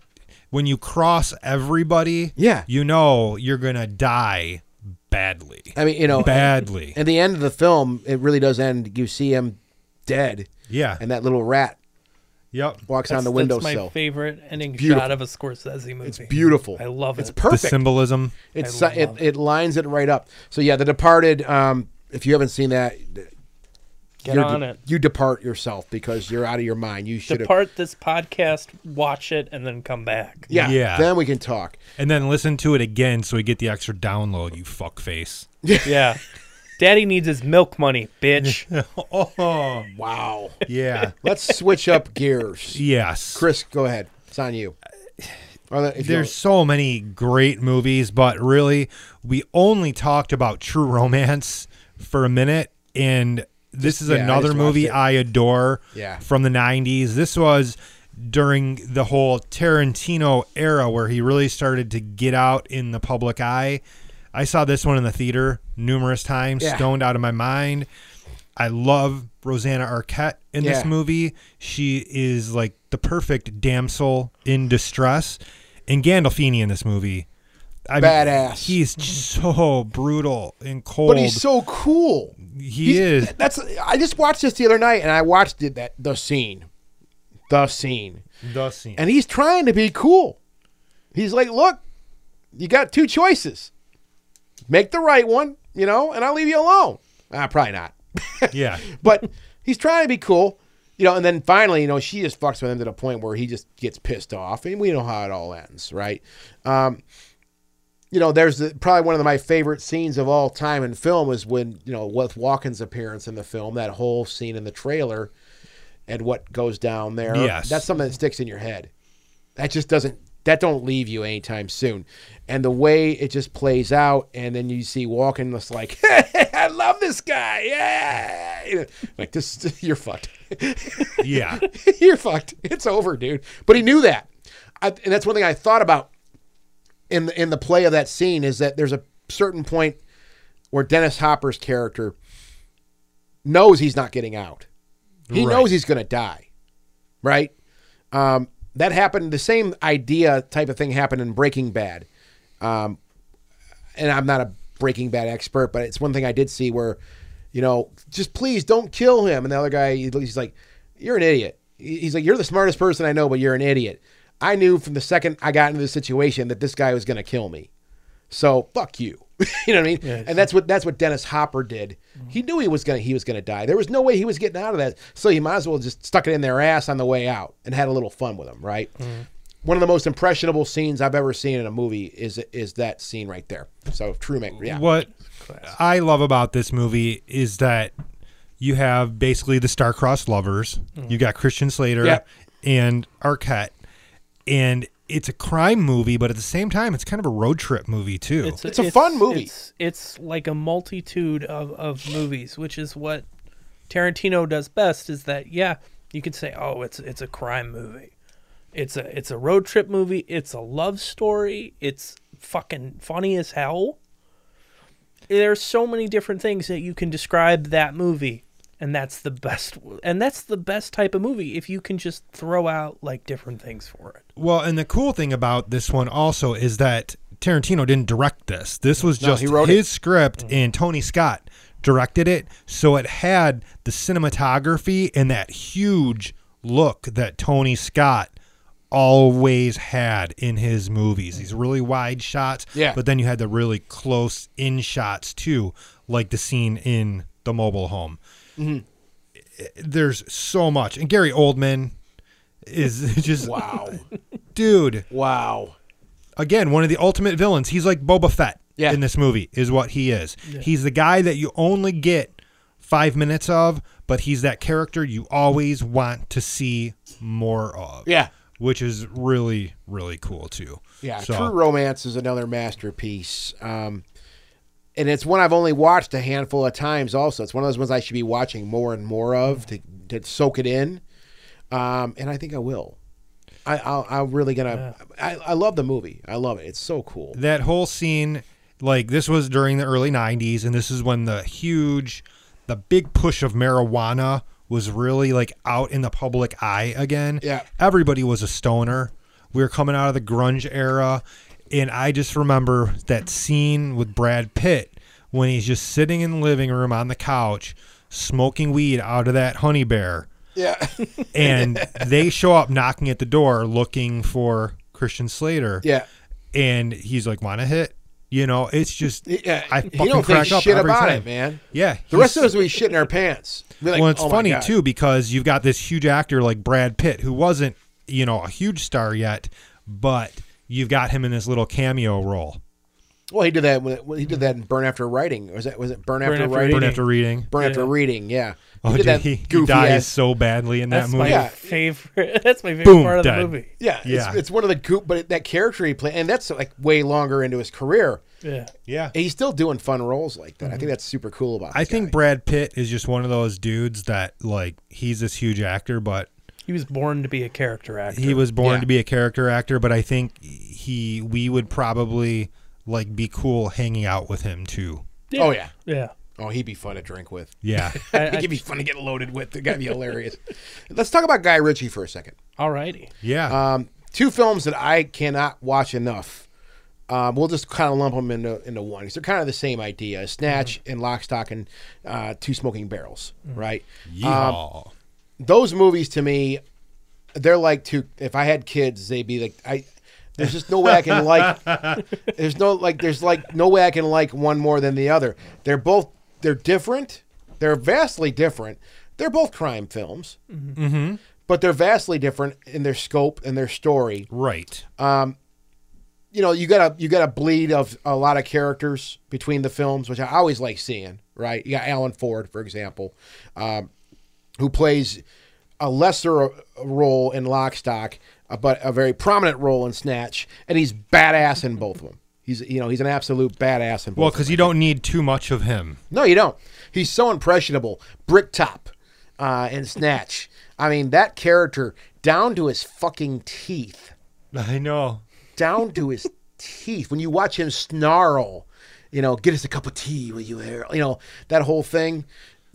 S2: when you cross everybody,
S3: Yeah.
S2: you know you're gonna die badly.
S3: I mean, you
S4: Oh,
S3: know,
S2: badly.
S3: At the end of the film, it really does end. You see him dead.
S2: Yeah.
S3: And that little rat
S2: yep.
S3: walks
S4: That's,
S3: on the
S4: that's my
S3: windowsill.
S4: favorite ending
S3: beautiful.
S4: shot of a Scorsese movie.
S3: It's beautiful.
S4: I love
S3: It's
S4: it.
S2: The
S3: perfect.
S2: symbolism.
S3: It's
S4: I
S3: it,
S4: love
S3: it lines it right up. So yeah, The Departed. Um, if you haven't seen that,
S4: Get
S3: you're
S4: on
S3: de-
S4: it.
S3: You depart yourself because you're out of your mind. You should have.
S4: Depart this podcast, watch it, and then come back.
S3: Yeah,
S2: Yeah.
S3: Then we can talk.
S2: And then listen to it again so we get the extra download, you fuckface.
S4: Yeah. Daddy needs his milk money, bitch.
S2: Oh
S3: Wow.
S2: yeah.
S3: Let's switch up gears.
S2: yes.
S3: Chris, go ahead. It's on you. Or if you
S2: There's so many great movies, but really we only talked about true romance for a minute and this is
S3: yeah, I
S2: another
S3: just watched
S2: movie
S3: it.
S2: I adore
S3: Yeah.
S2: from the 90s. This was during the whole Tarantino era where he really started to get out in the public eye. I saw this one in the theater numerous times,
S3: Yeah.
S2: stoned out of my mind. I love Rosanna Arquette in
S3: Yeah.
S2: this movie. She is like the perfect damsel in distress. And Gandolfini in this movie. I
S3: Badass.
S2: He's so brutal and cold.
S3: But he's so cool.
S2: He is.
S3: That's. I just watched this the other night, and I watched it, that the scene, the scene,
S2: the scene.
S3: and he's trying to be cool. He's like, "Look, you got two choices. Make the right one, you know, and I'll leave you alone." Ah, probably not.
S2: yeah.
S3: But he's trying to be cool, you know. And then finally, you know, she just fucks with him to the point where he just gets pissed off, and we know how it all ends, right? Um, you know, there's the, probably one of my favorite scenes of all time in film is when you know with Walken's appearance in the film, that whole scene in the trailer, and what goes down there.
S2: Yes.
S3: that's something that sticks in your head. That just doesn't. That don't leave you anytime soon. And the way it just plays out, and then you see Walken just like, I love this guy. Yeah, You know, like this. You're fucked.
S2: Yeah.
S3: you're fucked. It's over, dude. But he knew that, I, and that's one thing I thought about in the, in the play of that scene is that there's a certain point where Dennis Hopper's character knows he's not getting out. He
S2: Right.
S3: knows he's going to die, right? Um, that happened. The same idea type of thing happened in Breaking Bad. Um, and I'm not a Breaking Bad expert, but it's one thing I did see where, you know, just please don't kill him. And the other guy, he's like, "You're an idiot." He's like, "You're the smartest person I know, but you're an idiot." I knew from the second I got into this situation that this guy was going to kill me. So fuck you. you know what I mean? and that's what that's what Dennis Hopper did. He knew he was gonna he was gonna die. There was no way he was getting out of that. So he might as well just stuck it in their ass on the way out and had a little fun with them, right? One of the most impressionable scenes I've ever seen in a movie is is that scene right there. So true, man. Yeah.
S2: What I love about this movie is that you have basically the star-crossed lovers.
S3: Mm.
S2: You got Christian Slater
S3: Yep.
S2: and Arquette, and it's a crime movie, but at the same time, it's kind of a road trip movie too.
S3: It's a fun movie.
S4: It's, it's like a multitude of, of movies, which is what Tarantino does best is that yeah, you could say oh it's it's a crime movie. It's a it's a road trip movie, it's a love story, it's fucking funny as hell. There's so many different things that you can describe that movie and that's the best and that's the best type of movie if you can just throw out like different things for it.
S2: Well, and the cool thing about this one also is that Tarantino didn't direct this. This was
S3: No,
S2: just
S3: he wrote Mm.
S2: his script, and Tony Scott directed it. So it had the cinematography and that huge look that Tony Scott always had in his movies. These really wide shots.
S3: Yeah.
S2: But then you had the really close in shots too, like the scene in the mobile home.
S3: Mm-hmm.
S2: There's so much. And Gary Oldman is just
S3: Wow.
S2: dude
S3: wow.
S2: again, one of the ultimate villains. He's like Boba Fett
S3: Yeah.
S2: in this movie, is what he is. He's the guy that you only get five minutes of, but he's that character you always want to see more of.
S3: Yeah.
S2: Which is really, really cool too.
S3: Yeah,
S2: So,
S3: True Romance is another masterpiece. Um, and it's one I've only watched a handful of times also. It's one of those ones I should be watching more and more of to, to soak it in. Um, and I think I will. I, I'll, I'm really going to. I, I love the movie. I love it. It's so cool.
S2: that whole scene, like this was during the early '90s, and this is when the huge, the big push of marijuana was really like out in the public eye again.
S3: Yeah.
S2: everybody was a stoner. We were coming out of the grunge era, and I just remember that scene with Brad Pitt when he's just sitting in the living room on the couch, smoking weed out of that honey bear
S3: Yeah.
S2: and they show up knocking at the door looking for Christian Slater.
S3: Yeah.
S2: And he's like, "Want to hit?" You know, it's just
S3: Yeah,
S2: I
S3: he
S2: fucking
S3: don't think
S2: crack up
S3: shit
S2: every
S3: about
S2: time.
S3: it, man.
S2: Yeah,
S3: The rest of us, we shit in our pants. We're like,
S2: well, it's
S3: "Oh my
S2: funny
S3: God."
S2: too because you've got this huge actor like Brad Pitt who wasn't, you know, a huge star yet, but you've got him in this little cameo role.
S3: Well, he did that. When, when he did that in Burn After Writing. Was that was it Burn, After,
S4: After
S3: Writing?
S2: Burn
S4: Reading.
S2: after reading.
S3: Burn After Reading. Yeah.
S2: Oh,
S3: did
S2: dude,
S3: that
S2: he, he
S3: goofy
S2: dies
S3: ass-
S2: so badly in that
S4: That's my
S2: movie.
S3: Yeah.
S4: favorite. That's my favorite
S2: Boom,
S4: part of
S2: dead.
S4: the movie.
S3: Yeah,
S2: Yeah.
S3: It's, it's one of the goop, but that character he played, and that's like way longer into his career.
S4: Yeah.
S2: Yeah.
S3: And he's still doing fun roles like that. I think that's super cool about.
S2: I
S3: this
S2: think
S3: guy.
S2: Brad Pitt is just one of those dudes that like he's this huge actor, but
S4: He was born to be a character actor.
S2: he was born
S3: Yeah.
S2: to be a character actor, but I think he we would probably like be cool hanging out with him too.
S3: Oh yeah.
S4: Yeah.
S3: Oh, he'd be fun to drink with.
S2: Yeah.
S4: I-
S3: he'd be fun to get loaded with. The guy'd be hilarious. Let's talk about Guy Ritchie for a second.
S4: Alrighty.
S2: Yeah.
S3: Um, two films that I cannot watch enough. Um, we'll just kind of lump them into into one 'cause they're kind of the same idea: Snatch and Lock, Stock, and uh, Two Smoking Barrels. Right?
S2: Yeehaw.
S3: those movies to me, they're like two. If I had kids, they'd be like I. There's just no way I can like. There's no like. There's like no way I can like one more than the other. They're both. They're different. They're vastly different. They're both crime films, mm-hmm. but they're vastly different in their scope and their story
S2: right.
S3: you know you got a you got a bleed of a lot of characters between the films, which I always like seeing. Right, you got Alan Ford, for example, um, who plays a lesser role in Lock, Stock, uh, but a very prominent role in Snatch, and he's badass in both of them. He's you know he's an absolute badass in both.
S2: well,
S3: of them.
S2: because you don't need too much of him.
S3: No, you don't. He's so impressionable. Brick Top uh, and Snatch. I mean that character down to his fucking teeth
S2: I know.
S3: down to his teeth. When you watch him snarl, you know, get us a cup of tea, will you? Harold?" You know that whole thing.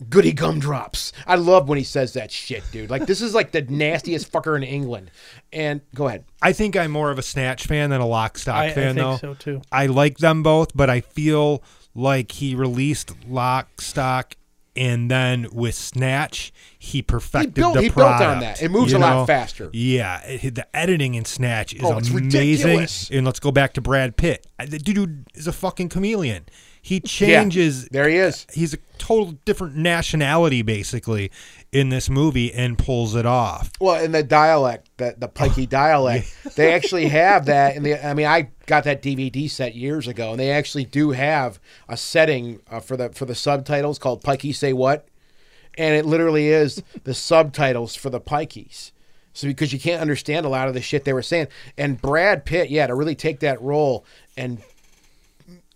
S3: Goody gumdrops. I love when he says that shit, dude. Like this is like the nastiest fucker in England. And go ahead.
S2: I think I'm more of a Snatch fan than a Lock Stock
S4: I- I
S2: fan,
S4: think
S2: though.
S4: so, too.
S2: I like them both, but I feel like he released Lock Stock, and then with Snatch, he perfected
S3: built-
S2: the
S3: he built on
S2: product.
S3: that. It moves a lot faster.
S2: Yeah, it- the editing in Snatch is
S3: Oh, it's
S2: amazing.
S3: ridiculous.
S2: And let's go back to Brad Pitt. I- The dude is a fucking chameleon. He changes.
S3: There he is.
S2: He's a total different nationality, basically, in this movie, and pulls it off.
S3: Well, in the dialect, the the Pikey dialect, they actually have that. And the I mean, I got that DVD set years ago, and they actually do have a setting uh, for the for the subtitles called Pikey Say What, and it literally is the subtitles for the Pikeys. So because you can't understand a lot of the shit they were saying, and Brad Pitt, yeah, to really take that role, and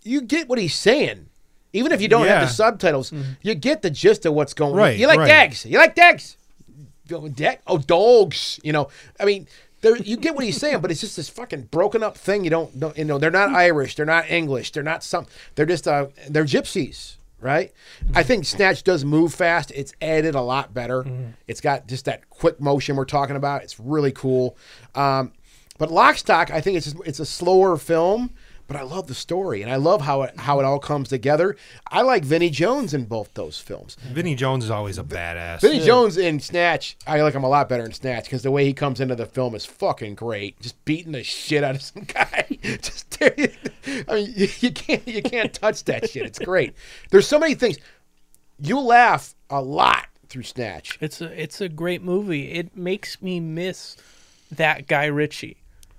S3: you get what he's saying. Even if you don't have
S2: Yeah.
S3: the subtitles, you get the gist of what's going on.
S2: Right,
S3: You like
S2: right.
S3: dags. You like dags. Oh, dag- oh, dogs. You know, I mean, there, you get what he's saying, but it's just this fucking broken up thing. You don't, don't, you know, they're not Irish. They're not English. They're not some. They're just, uh, they're gypsies, right? I think Snatch does move fast. It's edited a lot better.
S2: Mm-hmm.
S3: It's got just that quick motion we're talking about. It's really cool. Um, but Lockstock, I think it's just, it's a slower film, but I love the story and I love how it how it all comes together. I like Vinnie Jones in both those films.
S2: Vinny Jones is always a badass.
S3: Vinny Jones in Snatch, I like him a lot better in Snatch because the way he comes into the film is fucking great. Just beating the shit out of some guy. Just, tear- I mean, you, you can't you can't touch that shit. It's great. There's so many things. You laugh a lot through Snatch.
S4: It's a it's a great movie. It makes me miss that Guy Ritchie.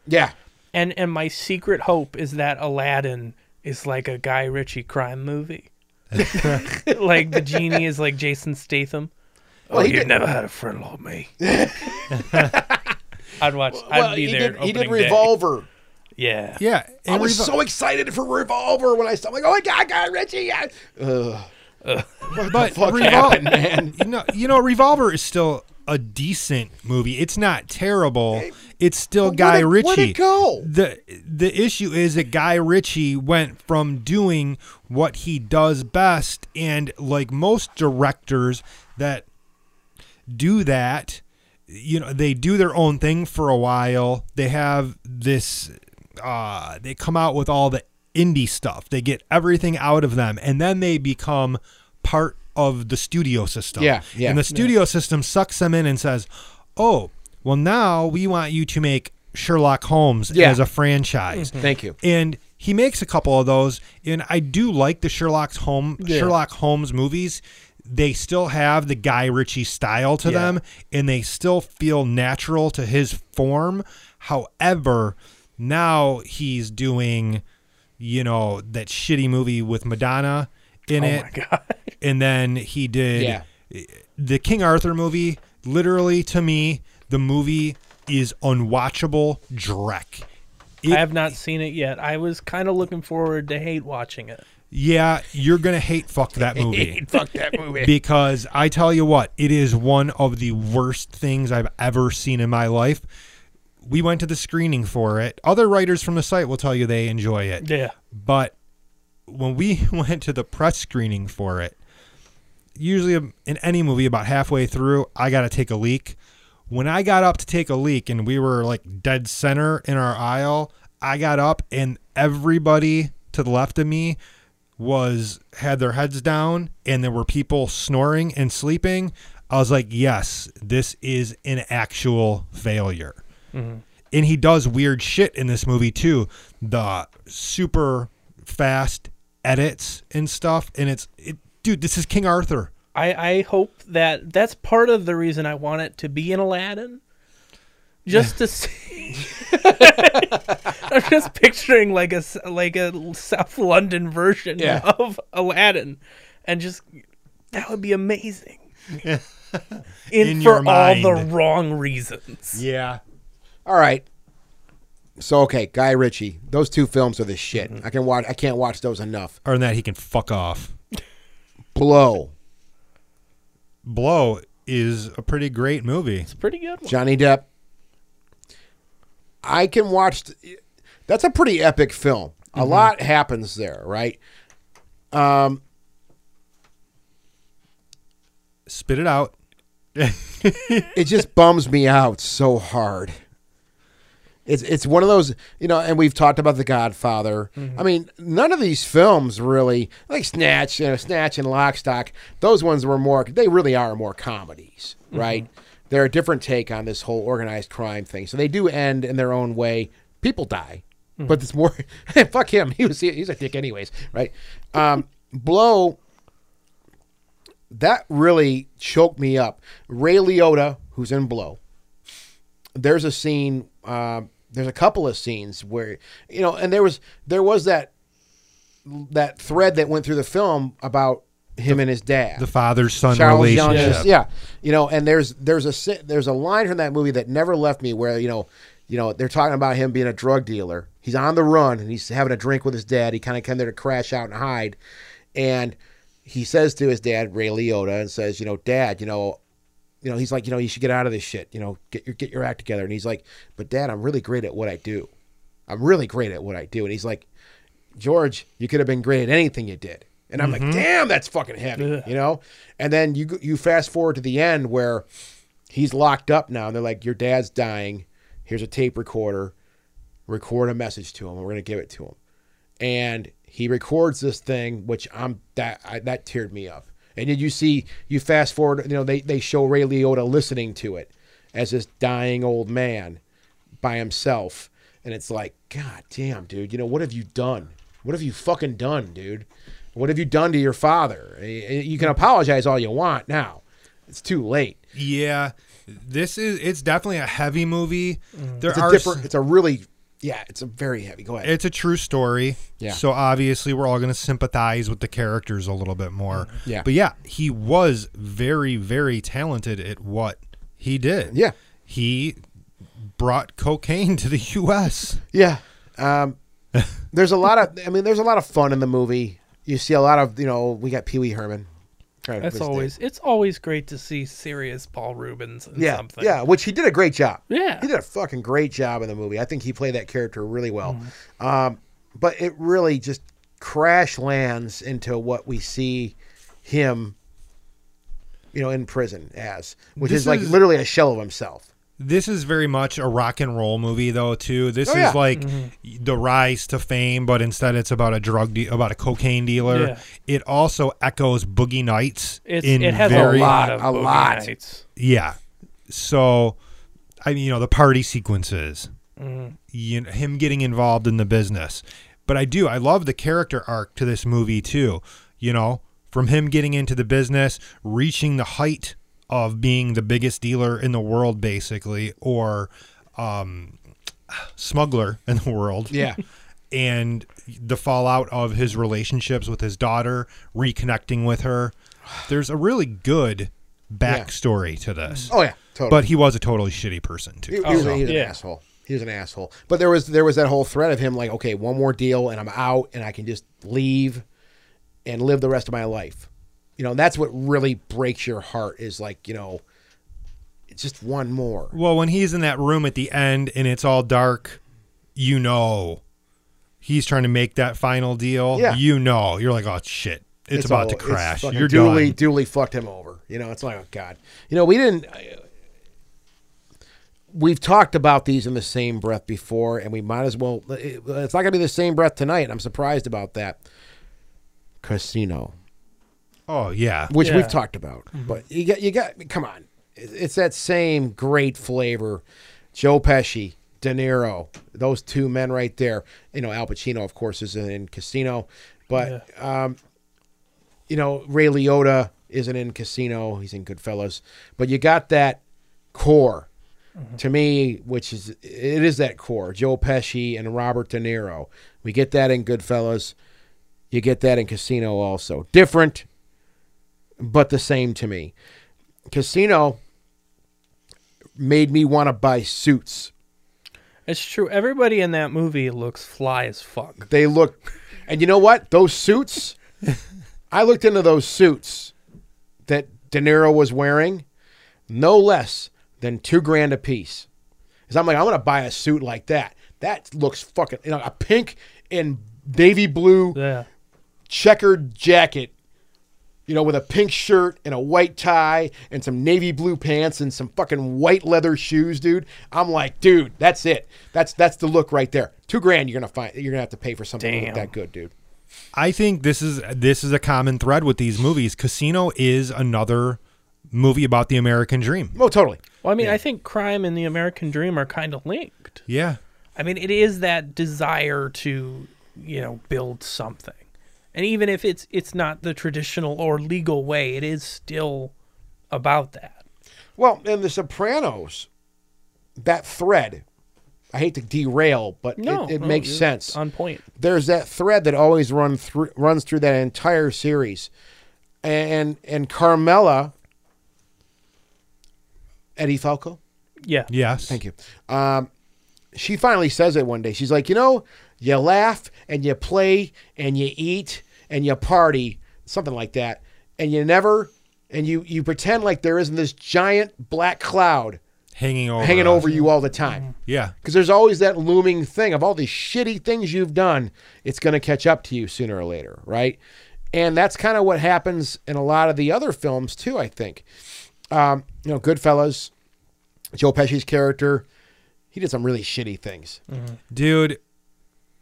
S3: Yeah,
S4: And and my secret hope is that Aladdin is like a Guy Ritchie crime movie. like the genie is like Jason Statham.
S3: Well,
S4: oh,
S3: he
S4: you've
S3: did-
S4: never had a friend like me. I'd watch. I'd be
S3: he
S4: there.
S3: did. He did
S4: opening day.
S3: Revolver.
S4: Yeah.
S2: Yeah,
S3: I
S2: and
S3: was
S2: Revo-
S3: so excited for Revolver when I saw. I'm like, oh my god, God, Richie! I, Ugh.
S2: but
S3: fuck
S2: Revol-
S3: happened, man?
S2: You know, you know, Revolver is still a decent movie. It's not terrible. It's still
S3: But where'd
S2: Guy
S3: it- where'd
S2: Ritchie.
S3: it go?
S2: The the issue is that Guy Ritchie went from doing what he does best, and like most directors that do that, you know, they do their own thing for a while. They have this uh they come out with all the indie stuff. They get everything out of them and then they become part of the studio system.
S3: Yeah, yeah.
S2: And the studio system sucks them in and says, "Oh, well now we want you to make Sherlock Holmes
S3: Yeah.
S2: as a franchise."
S3: Thank you.
S2: and he makes a couple of those and i do like the sherlock's home sherlock holmes movies they still have the guy ritchie style to
S3: Yeah.
S2: them and they still feel natural to his form however now he's doing you know that shitty movie with madonna in
S4: Oh
S2: it
S4: my god.
S2: and then he did
S3: Yeah.
S2: the King Arthur movie. Literally, to me, the movie is unwatchable dreck. It-
S4: I have not seen it yet. I was kind of looking forward to hate watching it.
S2: Yeah, you're gonna hate fuck that movie
S3: Fuck that movie.
S2: because I tell you what, it is one of the worst things I've ever seen in my life. We went to the screening for it. Other writers from the site will tell you they enjoy it.
S4: Yeah.
S2: But when we went to the press screening for it, usually in any movie, about halfway through, I got to take a leak. When I got up to take a leak and we were like dead center in our aisle, I got up and everybody to the left of me was had their heads down and there were people snoring and sleeping. I was like, yes, this is an actual failure and he does weird shit in this movie too. The super fast edits and stuff, and it's it, dude. This is King Arthur.
S4: I, I hope that that's part of the reason I want it to be in Aladdin. Just to see. I'm just picturing like a s- like a South London version
S3: Yeah.
S4: of Aladdin, and just that would be amazing. in,
S2: In
S4: for
S2: your mind.
S4: all the wrong reasons.
S2: Yeah,
S3: All right. So okay, Guy Ritchie. Those two films are the shit. I can watch. I can't watch those enough.
S2: or that he can fuck off.
S3: Blow.
S2: Blow is a pretty great movie.
S4: It's a pretty good. One.
S3: Johnny Depp. I can watch. th- that's a pretty epic film. A lot happens there, right?
S2: Spit it out.
S3: it just bums me out so hard. It's it's one of those you know, and we've talked about The Godfather. I mean, none of these films really like Snatch, you know, Snatch and Lockstock. Those ones were more. They really are more comedies, right? They're a different take on this whole organized crime thing. So they do end in their own way. People die, but it's more. fuck him. He was he's a dick anyways, right? Um, Blow that really choked me up. Ray Liotta, who's in Blow, there's a scene. Um, there's a couple of scenes where you know, and there was there was that that thread that went through the film about him and his dad,
S2: The father son
S3: Charles Young
S2: relationship.
S3: is, yeah, you know, and there's there's a si- there's a line from that movie that never left me where you know, you know, they're talking about him being a drug dealer. He's on the run and he's having a drink with his dad. He kind of came there to crash out and hide, and he says to his dad Ray Liotta and says, you know, Dad, you know, you know, he's like, you know, you should get out of this shit. You know, get your get your act together. And he's like, but Dad, I'm really great at what I do. I'm really great at what I do. And he's like, George, you could have been great at anything you did. And I'm like, damn, that's fucking heavy, you know. And then you go- you fast forward to the end where he's locked up now, and they're like, your dad's dying. Here's a tape recorder. Record a message to him, and we're gonna give it to him. And he records this thing, which I'm that I, that teared me up. And did you see? You fast forward, you know, they they show Ray Liotta listening to it as this dying old man by himself. And it's like, God damn, dude, you know, what have you done? What have you fucking done, dude? What have you done to your father? Eh, eh, You can apologize all you want now. It's too late.
S2: Yeah, this is it's definitely a heavy movie. There
S3: Mm. It's a
S2: are
S3: different,
S2: s-
S3: it's a really, yeah, it's a very heavy. Go ahead.
S2: it's a true story.
S3: Yeah.
S2: So obviously we're all going to sympathize with the characters a little bit more.
S3: Mm-hmm. Yeah.
S2: But yeah, he was very very talented at what he did.
S3: Yeah.
S2: He brought cocaine to the US.
S3: Yeah. Um, there's a lot of. I mean, there's a lot of fun in the movie. You see a lot of. You know, we got Pee Wee Herman. Trying to
S4: That's
S3: his name.
S4: always it's always great to see serious Paul Rubens in
S3: Yeah,
S4: something.
S3: yeah. Which he did a great job.
S4: Yeah.
S3: he did a fucking great job in the movie. I think he played that character really well.
S4: Mm-hmm.
S3: Um, but it really just crash lands into what we see him, you know, in prison as, which
S2: This
S3: is like
S2: is-
S3: literally a shell of himself.
S2: This is very much a rock and roll movie though too. This
S3: Oh,
S2: is
S3: yeah.
S2: like
S4: Mm-hmm.
S2: the rise to fame, but instead it's about a drug de- about a cocaine dealer.
S4: Yeah.
S2: It also echoes Boogie Nights
S4: It's,
S2: in
S4: it has
S2: very
S4: a lot of
S3: a
S4: boogie
S3: lot.
S4: nights.
S2: Yeah. So, I mean, you know, the party sequences, you know, him getting involved in the business. But I do, I love the character arc to this movie too. You know, from him getting into the business, reaching the height of being the biggest dealer in the world, basically, or um, smuggler in the world and the fallout of his relationships with his daughter, reconnecting with her. There's a really good backstory to this.
S3: Oh yeah. Totally.
S2: But he was a totally shitty person
S3: He,
S2: too. Uh,
S3: he was,
S4: Oh,
S3: he was
S4: yeah.
S3: an asshole. He was an asshole. But there was there was that whole threat of him like, okay, one more deal and I'm out and I can just leave and live the rest of my life. You know, and that's what really breaks your heart is like, you know, it's just one more.
S2: Well, when he's in that room at the end and it's all dark, you know he's trying to make that final deal.
S3: Yeah.
S2: You know. You're like, oh shit. It's, about
S3: all-
S2: to crash.
S3: fucking
S2: You're
S3: duly
S2: done.
S3: duly fucked him over. You know, it's like, oh god. You know, we didn't. I- uh, We've talked about these in the same breath before, and we might as well. it- It's not going to be the same breath tonight. and I'm surprised about that. Casino.
S2: Oh yeah.
S3: which
S4: Yeah.
S3: we've talked about. But you got you got come on, It- it's that same great flavor. Joe Pesci, De Niro, those two men right there. You know, Al Pacino, of course, is in Casino, but um, you know Ray Liotta isn't in Casino. He's in Goodfellas, but you got that core. To me, which is it is that core, Joe Pesci and Robert De Niro. We get that in Goodfellas. You get that in Casino also. Different, but the same to me. Casino made me want to buy suits.
S4: It's true. Everybody in that movie looks fly as fuck.
S3: They look, and you know what? Those suits, I looked into those suits that De Niro was wearing, no less than two grand a piece. Because I'm like, I'm going to buy a suit like that. That looks fucking, you know, a pink and navy blue
S4: Yeah.
S3: checkered jacket, you know, with a pink shirt and a white tie and some navy blue pants and some fucking white leather shoes, dude. I'm like, dude, that's it. That's that's the look right there. Two grand, you're gonna find. You're gonna have to pay for something that look
S4: Damn.
S3: that good, dude.
S2: I think this is this is a common thread with these movies. Casino is another movie about the American dream.
S3: Oh, totally.
S4: Well, I mean, I think crime and the American dream are kind of linked.
S2: Yeah.
S4: I mean, it is that desire to, you know, build something. And even if it's it's not the traditional or legal way, it is still about that.
S3: Well, in The Sopranos, that thread. I hate to derail, but
S4: No,
S3: it, it
S4: no,
S3: makes
S4: you're
S3: sense.
S4: On point.
S3: there's that thread that always run through runs through that entire series, and and Carmela, Eddie Falco,
S4: Yeah.
S2: Yes.
S3: thank you. Um, she finally says it one day. She's like, you know, you laugh and you play and you eat and you party, something like that, and you never, and you you pretend like there isn't this giant black cloud
S2: hanging over
S3: hanging
S2: us.
S3: over you all the time.
S2: Yeah,
S3: Because there's always that looming thing of all these shitty things you've done. It's going to catch up to you sooner or later, right? And that's kind of what happens in a lot of the other films too. I think, um, you know, Goodfellas, Joe Pesci's character, he did some really shitty things.
S2: dude.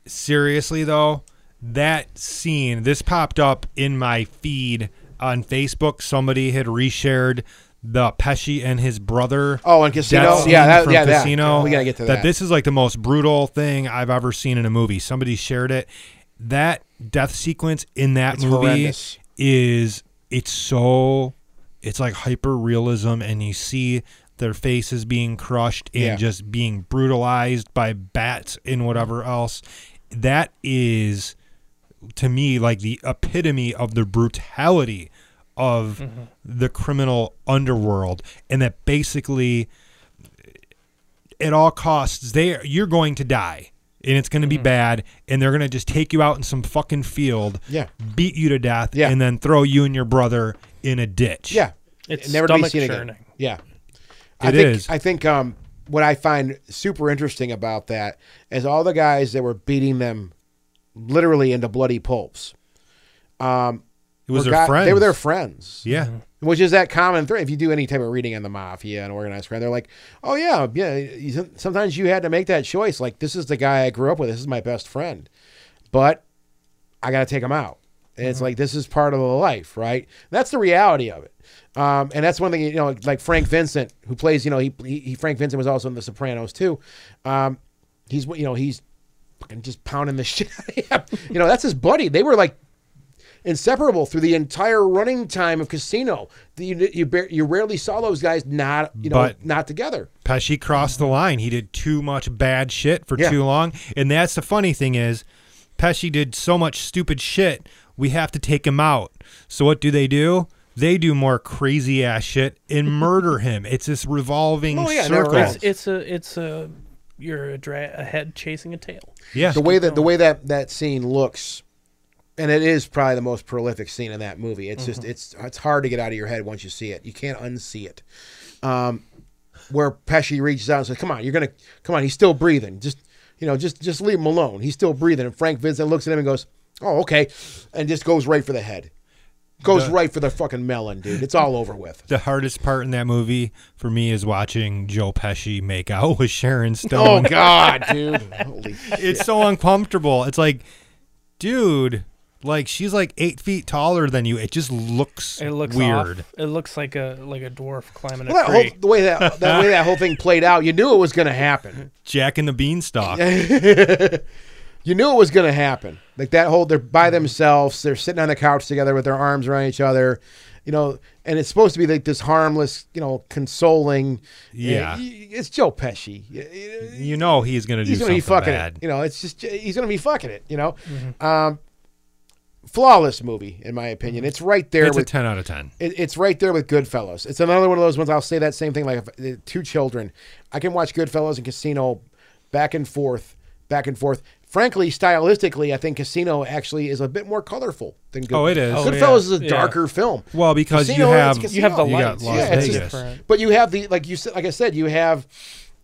S2: Seriously though, that scene this popped up in my feed on Facebook. Somebody had reshared the Pesci and his brother.
S3: Oh, and Casino,
S2: death scene
S3: yeah, that,
S2: from
S3: yeah, that.
S2: Casino.
S3: We got to get to that.
S2: this is like the most brutal thing I've ever seen in a movie. Somebody shared it. That death sequence in that
S3: It's
S2: movie
S3: horrendous.
S2: is it's so it's like hyper realism, and you see their faces being crushed and
S3: Yeah.
S2: just being brutalized by bats and whatever else. That is to me like the epitome of the brutality of
S3: Mm-hmm.
S2: the criminal underworld and that basically at all costs they you're going to die and it's going to be
S3: Mm-hmm.
S2: bad and they're going to just take you out in some fucking field
S3: Yeah.
S2: beat you to death
S3: Yeah.
S2: and then throw you and your brother in a ditch
S3: yeah,
S4: It's
S3: never to be
S4: stomach
S3: seen again.
S4: churning.
S3: Yeah, I
S2: It
S3: think
S2: is.
S3: I think um, what I find super interesting about that is all the guys that were beating them literally into bloody pulps.
S2: it was
S3: were
S2: their
S3: guy-
S2: friends
S3: They were their Mm-hmm. friends.
S2: yeah
S3: Which is that common thread. If you do any type of reading on the mafia and organized crime, they're like, oh, yeah, yeah. you- Sometimes you had to make that choice. Like, this is the guy I grew up with. This is my best friend. But I got to take him out. And it's like, this is part of the life, right? That's the reality of it. Um, and that's one thing, you know, like Frank Vincent, who plays, you know, he, he, he- Frank Vincent was also in The Sopranos, too. Um, he's, you know, he's fucking just pounding the shit out of him. You know, that's his buddy. They were like inseparable through the entire running time of Casino. The- You you, bar- you rarely saw those guys not you know
S2: But-
S3: not together.
S2: Pesci crossed the line. He did too much bad shit for
S3: Yeah.
S2: too long. And that's the funny thing is Pesci did so much stupid shit, we have to take him out. So what do they do? They do more crazy ass shit and murder him. It's this revolving
S3: Oh, yeah, they're
S2: circle.
S3: right.
S4: It's, it's a it's a you're a, dra- a head chasing a tail.
S2: Yeah.
S3: The way that the way that that scene looks, and it is probably the most prolific scene in that movie. It's just it's it's hard to get out of your head once you see it. You can't unsee it. Um, where Pesci reaches out and says, "Come on, you're gonna come on." He's still breathing. Just you know, just just leave him alone. He's still breathing. And Frank Vincent looks at him and goes, "Oh, okay," and just goes right for the head. Goes right for the fucking melon, dude. It's all over with.
S2: the hardest part in that movie for me is watching Joe Pesci make out with Sharon
S3: Oh
S2: Stone.
S3: God, dude! Holy
S2: it's so uncomfortable. It's like, dude, like she's like eight feet taller than you. It just looks,
S4: It looks
S2: weird.
S4: Off. It looks like a like a dwarf climbing
S3: well,
S4: a
S3: that
S4: tree.
S3: whole, the way that that way that whole thing played out, you knew it was going to happen.
S2: Jack and the Beanstalk.
S3: You knew it was going to happen. Like that whole, they're by themselves. They're sitting on the couch together with their arms around each other, you know. And it's supposed to be like this harmless, you know, consoling.
S2: Yeah.
S3: And y- It's Joe Pesci. Y- y-
S2: you know he's gonna do
S3: he's going
S2: something
S3: to be fucking
S2: bad.
S3: it. You know, it's just he's going to be fucking it. You know, um, flawless movie in my opinion. It's right there
S2: it's a
S3: with
S2: ten out of ten.
S3: it, it's right there with Goodfellas. It's another one of those ones I'll say that same thing. Like if, uh, two children, I can watch Goodfellas and Casino back and forth, back and forth. Frankly, stylistically, I think Casino actually is a bit more colorful than Goodfellas.
S2: Oh, it is. Oh,
S3: Goodfellas is
S4: yeah.
S3: a
S4: Yeah.
S3: darker film.
S2: Well, because you
S3: Casino, it's
S2: have-
S3: Casino.
S4: you have the
S2: You got
S4: lights.
S2: Las
S4: yeah, it's
S2: Vegas.
S4: different.
S3: But you have the like you said, like I said, you have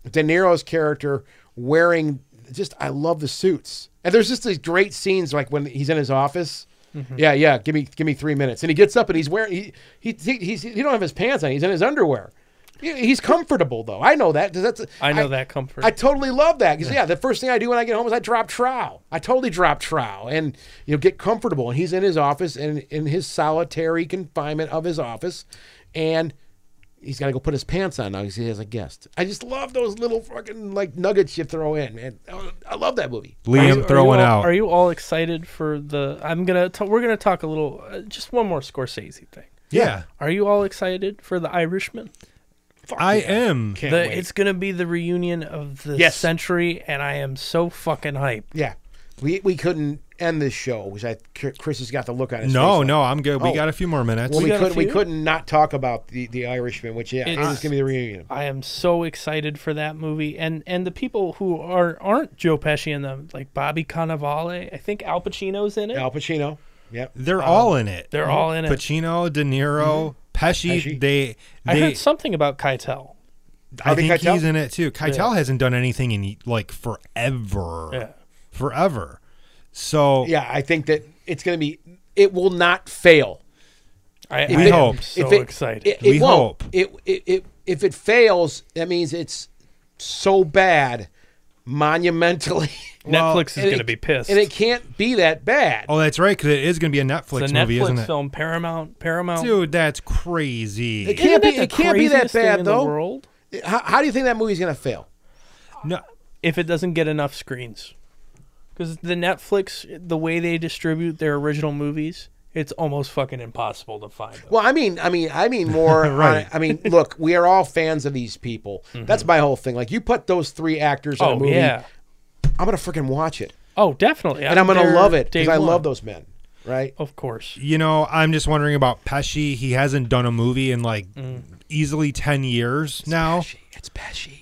S3: De Niro's character wearing just I love the suits, and there's just these great scenes like when he's in his office.
S4: Mm-hmm.
S3: Yeah, yeah. Give me, give me three minutes, and he gets up and he's wearing he he he, he's, he don't have his pants on. He's in his underwear. He- He's comfortable though. I know that. 'cause That's
S4: I know that comfort.
S3: I totally love that because yeah. the first thing I do when I get home is I drop trowel. I totally drop trowel and you know get comfortable. And he's in his office and in his solitary confinement of his office, and he's got to go put his pants on now because he has a guest. I just love those little fucking like nuggets you throw in, man. Oh, I love that movie.
S4: Are you-
S2: Liam
S4: are
S2: throwing
S4: you all,
S2: out.
S4: Are you all excited for the? I'm gonna. T- we're gonna talk a little. Uh, just one more Scorsese thing.
S2: yeah,
S4: Are you all excited for the Irishman?
S2: I am.
S3: Can't
S4: The,
S3: wait.
S4: it's gonna be the reunion of the
S3: Yes.
S4: century, and I am so fucking hyped.
S3: yeah, we we couldn't end this show, which I Chris has got the look on his face.
S2: No,
S3: like,
S2: no, I'm good. We
S3: Oh.
S2: got a few more minutes.
S3: Well, we,
S4: got a
S3: couldn't we
S4: few?
S3: couldn't not talk about the the Irishman, which yeah, it's,
S4: It's-
S3: gonna be the reunion.
S4: I am so excited for that movie, and and the people who are aren't Joe Pesci in them, like Bobby Cannavale. I think Al Pacino's in it.
S3: Al Pacino. Yep.
S2: They're all in it.
S4: Um, They're all in it. Mm-hmm.
S2: Pacino, De Niro, Pesci,
S3: Pesci.
S2: They.
S4: I
S2: they
S4: heard something about Keitel.
S2: I
S3: Harvey
S2: think
S3: Keitel?
S2: he's in it too. Keitel hasn't done anything in like forever.
S4: Yeah.
S2: Forever. So
S3: Yeah, I think that it's going to be. It will not fail.
S4: I,
S3: If
S4: I
S2: it-
S4: am
S2: hope.
S4: so
S3: If it-
S4: excited.
S3: It, it
S2: We
S3: won't.
S2: hope.
S3: It, it, it, if it fails, that means it's so bad, monumentally.
S4: Netflix is
S3: And
S4: going to
S3: it-
S4: be pissed.
S3: And it can't be that bad.
S2: Oh, that's right, because it is going to be a Netflix
S4: it's a
S2: movie,
S4: Netflix
S2: isn't it?
S4: film, Paramount, Paramount.
S2: Dude, that's crazy.
S3: It can't
S4: Isn't
S3: be.
S4: that
S3: It
S4: the
S3: can't be that
S4: craziest thing
S3: bad
S4: in the
S3: though.
S4: world?
S3: How, how do you think that movie's going to fail?
S2: No,
S4: if it doesn't get enough screens. Because the Netflix, the way they distribute their original movies, it's almost fucking impossible to find. Them.
S3: Well, I mean, I mean, I mean more.
S2: Right.
S3: I, I mean, look, we are all fans of these people. That's my whole thing. Like, you put those three actors in a
S4: Mm-hmm. oh
S3: movie,
S4: yeah,
S3: I'm gonna freaking watch it,
S4: oh definitely,
S3: and I'm gonna
S4: there
S3: love it
S4: day
S3: because I
S4: one.
S3: love those men, right?
S4: Of course,
S2: you know, I'm just wondering about Pesci. He hasn't done a movie in like easily 10 years now.
S3: Pesci, Mm. it's Pesci.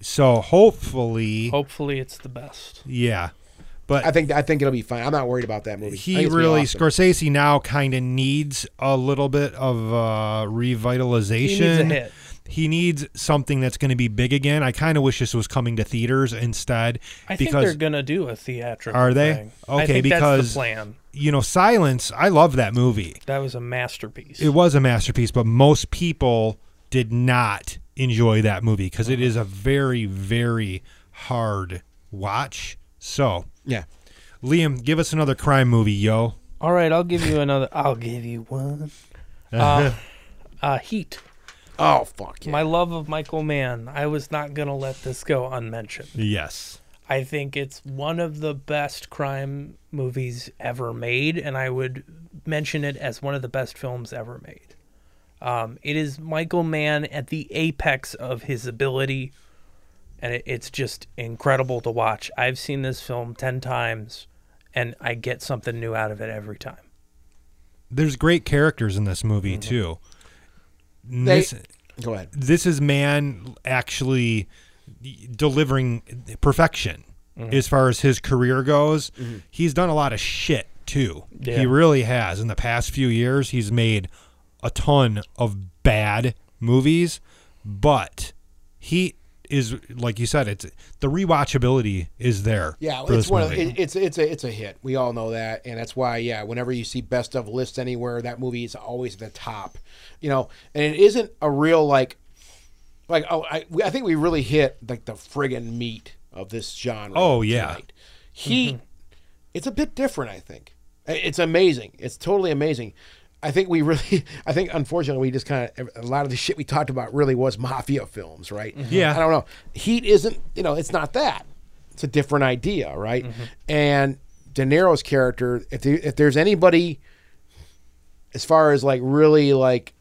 S2: So hopefully,
S4: hopefully it's the best.
S2: yeah. But
S3: I think I think it'll be fine. I'm not worried about that movie. I think
S2: he
S3: it's gonna be
S2: really
S3: awesome.
S2: Scorsese now kind of needs a little bit of uh, revitalization.
S4: He needs a hit.
S2: He needs something that's going to be big again. I kind of wish this was coming to theaters instead
S4: I think
S2: because
S4: they're gonna do a theatrical.
S2: Are they?
S4: thing. I
S2: Okay,
S4: think that's
S2: because-
S4: the plan.
S2: you know, Silence, I love that movie.
S4: That was a masterpiece.
S2: It was a masterpiece, but most people did not enjoy that movie because it is a very very hard watch. So,
S3: Yeah.
S2: Liam, give us another crime movie, yo.
S4: All right, I'll give you another. I'll give you one. Uh, uh, Heat.
S3: Oh fuck yeah.
S4: My love of Michael Mann. I was not gonna let this go unmentioned.
S2: Yes.
S4: I think it's one of the best crime movies ever made, and I would mention it as one of the best films ever made. Um, it is Michael Mann at the apex of his ability, and it, it's just incredible to watch. I've seen this film 10 times, and I get something new out of it every time.
S2: There's great characters in this movie too.
S3: They-
S2: This-
S3: Go ahead.
S2: this is man actually delivering perfection
S3: Mm-hmm.
S2: as far as his career goes. He's done a lot of shit too.
S4: Yeah.
S2: He really has. In the past few years, he's made a ton of bad movies, but he is like you said. It's the rewatchability is there.
S3: Yeah,
S2: for
S3: it's
S2: this
S3: one of
S2: movie.
S3: it, it's it's a it's a hit. We all know that, and that's why yeah. Whenever you see best of lists anywhere, that movie is always at the top, you know. And it isn't a real like, like oh, I we- I think we really hit like the friggin' meat of this genre.
S2: Oh, yeah.
S3: he, it's a bit different. I think I- it's amazing. It's totally amazing. I think we really, I think unfortunately we just kind of a lot of the shit we talked about really was mafia films, right?
S2: Mm-hmm. Yeah.
S3: I don't don't know. Heat isn't, you know, it's not that. It's a different idea, right? And De Niro's character, if there, if there's anybody, as far as like really like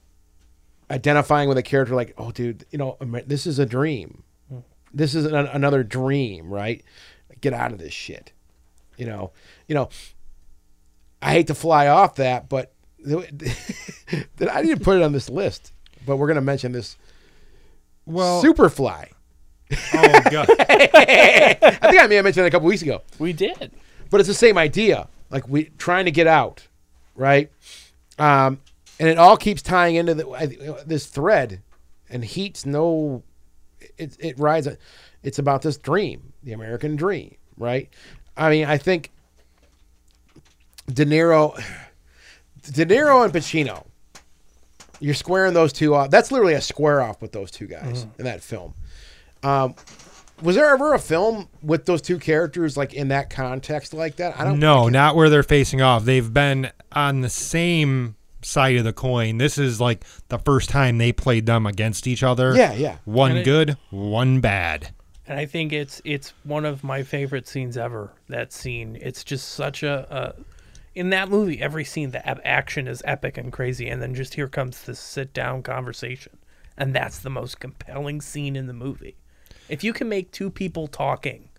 S3: identifying with a character, like, oh, dude, you know, Amer- this is a dream.
S4: Hmm.
S3: This is an, another dream, right? Get out of this shit. You know, you know. I hate to fly off that, but I need to put it on this list. But we're gonna mention this
S2: well,
S3: Superfly.
S2: oh god,
S3: I think I may have mentioned it a couple weeks ago,
S4: We did.
S3: but it's the same idea. Like we trying to get out, right? Um, and it all keeps tying into the, I- this thread, and heat's no, it it rides. a- It's about this dream, the American dream, right? I mean, I think De Niro, De Niro and Pacino. You're squaring those two off. That's literally a square off with those two guys in that film. Um, Was there ever a film with those two characters like in that context like that? I don't
S2: no, not where they're facing off. They've been on the same side of the coin. This is like the first time they played them against each other.
S3: Yeah, yeah.
S2: One
S4: And it-
S2: good, one bad.
S4: and I think it's it's one of my favorite scenes ever. That scene, it's just such a, a in that movie, every scene the ep- action is epic and crazy, and then just here comes this sit down conversation, and that's the most compelling scene in the movie. If you can make two people talking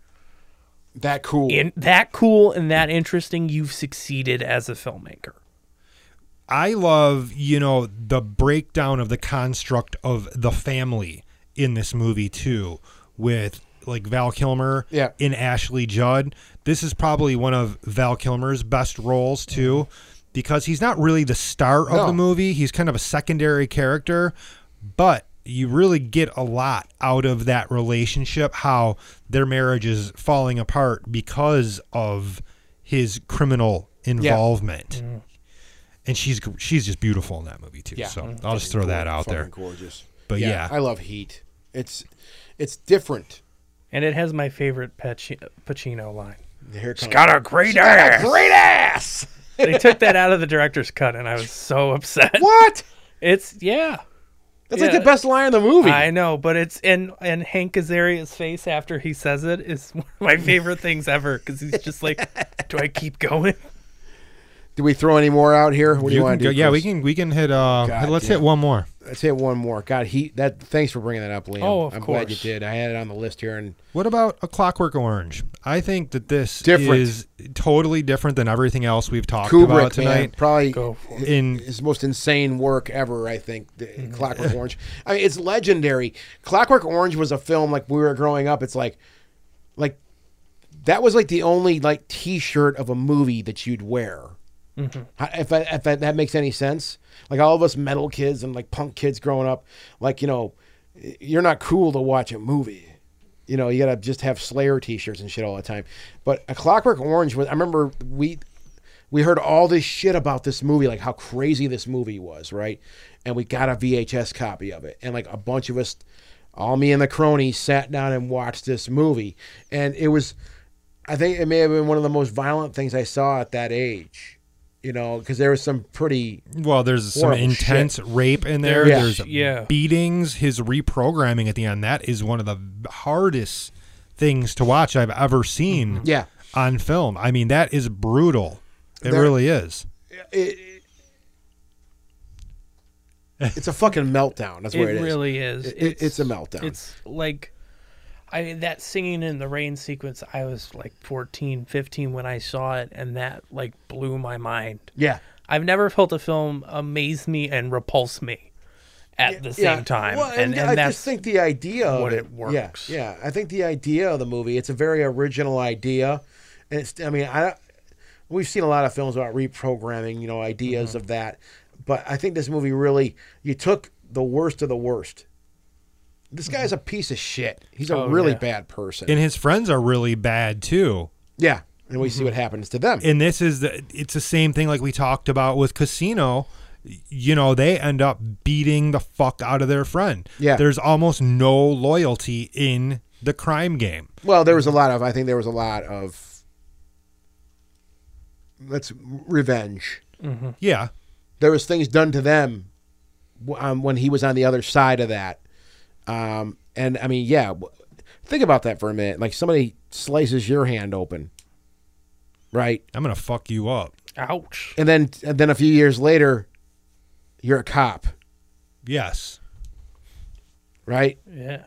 S3: that cool.
S4: in that cool and that interesting, you've succeeded as a filmmaker.
S2: I love, you know, the breakdown of the construct of the family in this movie too, with like Val Kilmer
S3: Yeah.
S2: in Ashley Judd. This is probably one of Val Kilmer's best roles too. because he's not really the star of
S3: No.
S2: the movie. He's kind of a secondary character, but you really get a lot out of that relationship how their marriage is falling apart because of his criminal involvement. And she's she's just beautiful in that movie too.
S3: Yeah.
S2: So I'll just throw that out
S3: Fucking
S2: there.
S3: Gorgeous.
S2: But yeah.
S3: I love Heat. It's it's different.
S4: And it has my favorite Paci- Pacino line.
S3: Here it comes.
S4: Got a great ass.
S3: Great ass.
S4: they took that out of the director's cut, and I was so upset.
S3: What?
S4: It's yeah,
S3: That's like
S4: Yeah.
S3: the best line in the movie.
S4: I know, but it's and and Hank Azaria's face after he says it is one of my favorite things ever because he's just like, do I keep going?
S3: do we throw any more out here? What do
S2: You
S3: you
S2: can
S3: want to
S2: go-
S3: do?
S2: yeah, we
S3: Chris?
S2: can we can hit uh
S3: God
S2: let's
S3: damn.
S2: hit one more.
S3: Let's hit one more. God, Heat. That. Thanks for bringing that up, Liam.
S4: Oh, of
S3: I'm glad you
S4: course.
S3: did. I had it on the list here, and
S2: What about a Clockwork Orange? I think that this
S3: Different.
S2: is totally different than everything else we've talked about
S3: Kubrick man,
S2: tonight.
S3: probably
S4: Go for it.
S2: In
S3: his most insane work ever, I think. the- Clockwork Orange. I mean, it's legendary. Clockwork Orange was a film like when we were growing up. It's like, like that was like the only like T-shirt of a movie that you'd wear. How- If I, if that that makes any sense, like all of us metal kids and like punk kids growing up, like you know, you're not cool to watch a movie. You know, you gotta just have Slayer T-shirts and shit all the time. But A Clockwork Orange was. I remember we we heard all this shit about this movie, like how crazy this movie was, right? And we got a VHS copy of it. And like a bunch of us, all me and the cronies, sat down and watched this movie. And it was, I think it may have been one of the most violent things I saw at that age, you know, because there was some pretty,
S2: well, there's some
S3: Horrible
S2: intense rape in there.
S3: Yeah.
S2: There's
S4: Yeah.
S2: beatings. His reprogramming at the end. That is one of the hardest things to watch I've ever seen.
S3: Mm-hmm. yeah.
S2: On film, I mean that is brutal. It
S3: There-
S2: really is.
S3: It, it's a fucking meltdown. That's
S4: It
S3: what it is.
S4: really is.
S3: It- it's, a meltdown.
S4: It's like I that singing in the rain sequence. I was like 14, 15 when I saw it, and that like blew my mind.
S3: yeah.
S4: I've never felt a film amaze me and repulse me at the same
S3: Yeah.
S4: time.
S3: Well,
S4: and, and
S3: I
S4: that's
S3: just think the idea of
S4: what
S3: it,
S4: it
S3: Yeah,
S4: works.
S3: yeah, I think the idea of the movie. It's a very original idea, and it's. I mean, I we've seen a lot of films about reprogramming, you know,
S4: Mm-hmm.
S3: ideas of that, but I think this movie really you took the worst of the worst. This guy's a piece of shit. He's a
S4: Oh,
S3: really
S4: yeah.
S3: bad person.
S2: And his friends are really bad too.
S3: yeah, and we see
S4: Mm-hmm.
S3: what happens to them.
S2: and this is the it's the same thing like we talked about with casino you know they end up beating the fuck out of their friend
S3: Yeah.
S2: there's almost no loyalty in the crime game
S3: Well, there was a lot of. I think there was a lot of. Let's revenge.
S2: yeah
S3: there was things done to them w- um, when he was on the other side of that. Um, and I mean, yeah, w- think about that for a minute. Like somebody slices your hand open, right?
S2: i'm gonna fuck you up
S4: ouch.
S3: And then, and then a few years later, you're a cop,
S2: yes
S3: right?
S4: Yeah.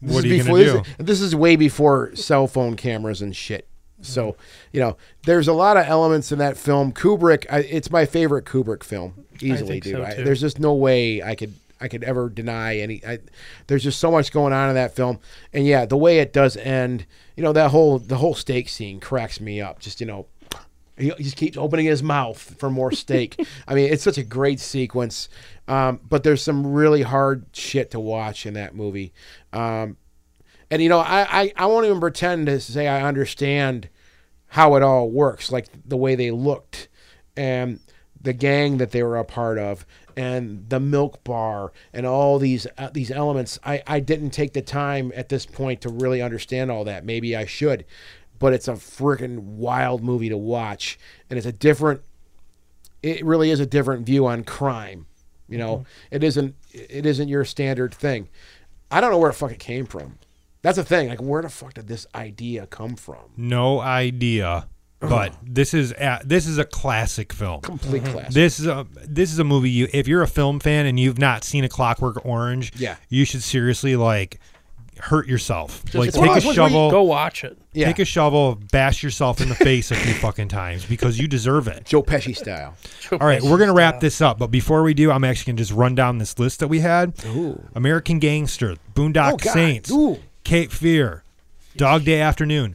S3: This
S2: What
S3: is
S2: are you
S3: before,
S2: gonna
S3: this is- this is way before cell phone cameras and shit. So you know, there's a lot of elements in that film. Kubrick, I, it's my favorite Kubrick film, easily,
S4: think
S3: dude.
S4: so,
S3: I,
S4: too.
S3: there's just no way I could I could ever deny any. I, there's just so much going on in that film, and yeah, the way it does end, you know, that whole the whole steak scene cracks me up. Just you know. He he just keeps opening his mouth for more steak. I mean, it's such a great sequence, um, but there's some really hard shit to watch in that movie. Um, and you know I, I i won't even pretend to say i understand how it all works like the way they looked and the gang that they were a part of and the milk bar and all these uh, these elements i i didn't take the time at this point to really understand all that maybe i should but it's a freaking wild movie to watch and it's a different it really is a different view on crime. You know,
S4: Mm-hmm.
S3: it isn't it isn't your standard thing. I don't know where the fuck it came from. That's the thing. Like, where the fuck did this idea come from?
S2: no idea but this is a, this is a classic film
S3: Complete
S4: Mm-hmm.
S3: class.
S2: This is a this is a movie you if you're a film fan and you've not seen a Clockwork Orange,
S3: Yeah.
S2: you should seriously like hurt yourself. like
S3: watch
S2: take
S3: it.
S2: a shovel,
S4: Go watch it.
S3: Yeah.
S2: take a shovel, bash yourself in the face a few fucking times because you deserve it.
S3: Joe Pesci style.
S2: All right, we're gonna wrap this up, but before we do, I'm actually gonna just run down this list that we had: American Gangster, Boondock
S3: Oh, God.
S2: Saints,
S3: Ooh. Mm-hmm.
S2: Cape Fear, Dog Day Afternoon,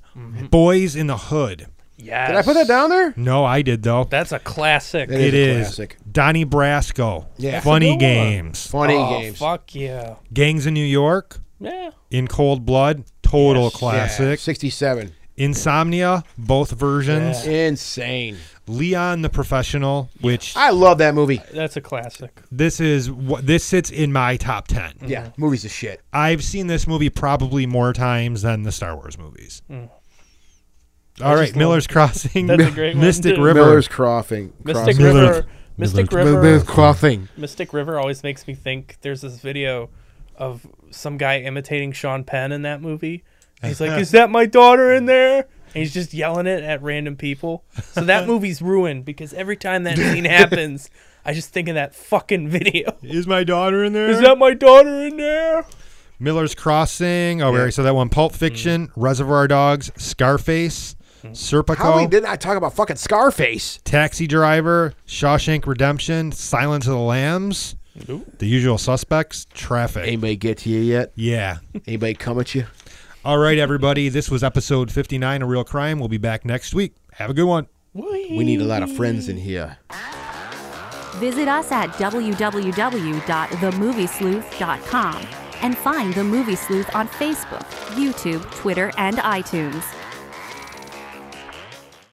S2: Boys in the Hood,
S4: Yes.
S3: Did I put that down there?
S2: No, I did though.
S4: That's a classic.
S3: That
S2: it
S3: is a
S2: is
S3: classic.
S2: Donnie Brasco.
S3: Yeah. That's a
S2: Funny
S4: good one.
S2: games.
S3: Funny
S4: Oh,
S3: games.
S4: Fuck yeah.
S2: Gangs in New York.
S4: Yeah.
S2: In Cold Blood. Total
S4: Yes.
S3: Yeah,
S2: classic.
S3: 67.
S2: Insomnia. Both versions.
S4: Yeah.
S3: Insane.
S2: Leon the Professional. Which
S3: I love that movie.
S4: That's a classic.
S2: this is what this sits in my top ten.
S3: Yeah,
S4: Mm-hmm.
S3: movies of shit.
S2: I've seen this movie probably more times than the Star Wars movies.
S4: Hmm.
S2: All right, Miller's Crossing,
S4: That's a great one,
S2: Mystic
S4: too.
S2: River,
S3: Miller's Crossing.
S4: Mystic
S2: Crossing. Miller-
S4: River. Mystic River.
S3: Crossing.
S4: Mystic River always makes me think there's this video of some guy imitating Sean Penn in that movie. And he's like, Is that my daughter in there? And he's just yelling it at random people. So that movie's ruined because every time that scene happens, I just think of that fucking video.
S2: Is my daughter in there?
S4: Is that my daughter in there?
S2: Miller's Crossing. Oh, we already said that one.
S4: Hmm.
S2: Pulp Fiction, Reservoir Dogs, Scarface,
S3: How we
S2: Serpico,
S3: did not talk about fucking Scarface?
S2: Taxi Driver, Shawshank Redemption, Silence of the Lambs,
S4: Ooh.
S2: The Usual Suspects, Traffic.
S3: Anybody get to you yet?
S2: Yeah.
S3: Anybody come at you?
S2: All right, everybody. This was episode 59 of Real Crime. We'll be back next week. Have a good one.
S3: We need a lot of friends in here.
S1: Visit us at www.themoviesleuth.com and find The Movie Sleuth on Facebook, YouTube, Twitter, and iTunes.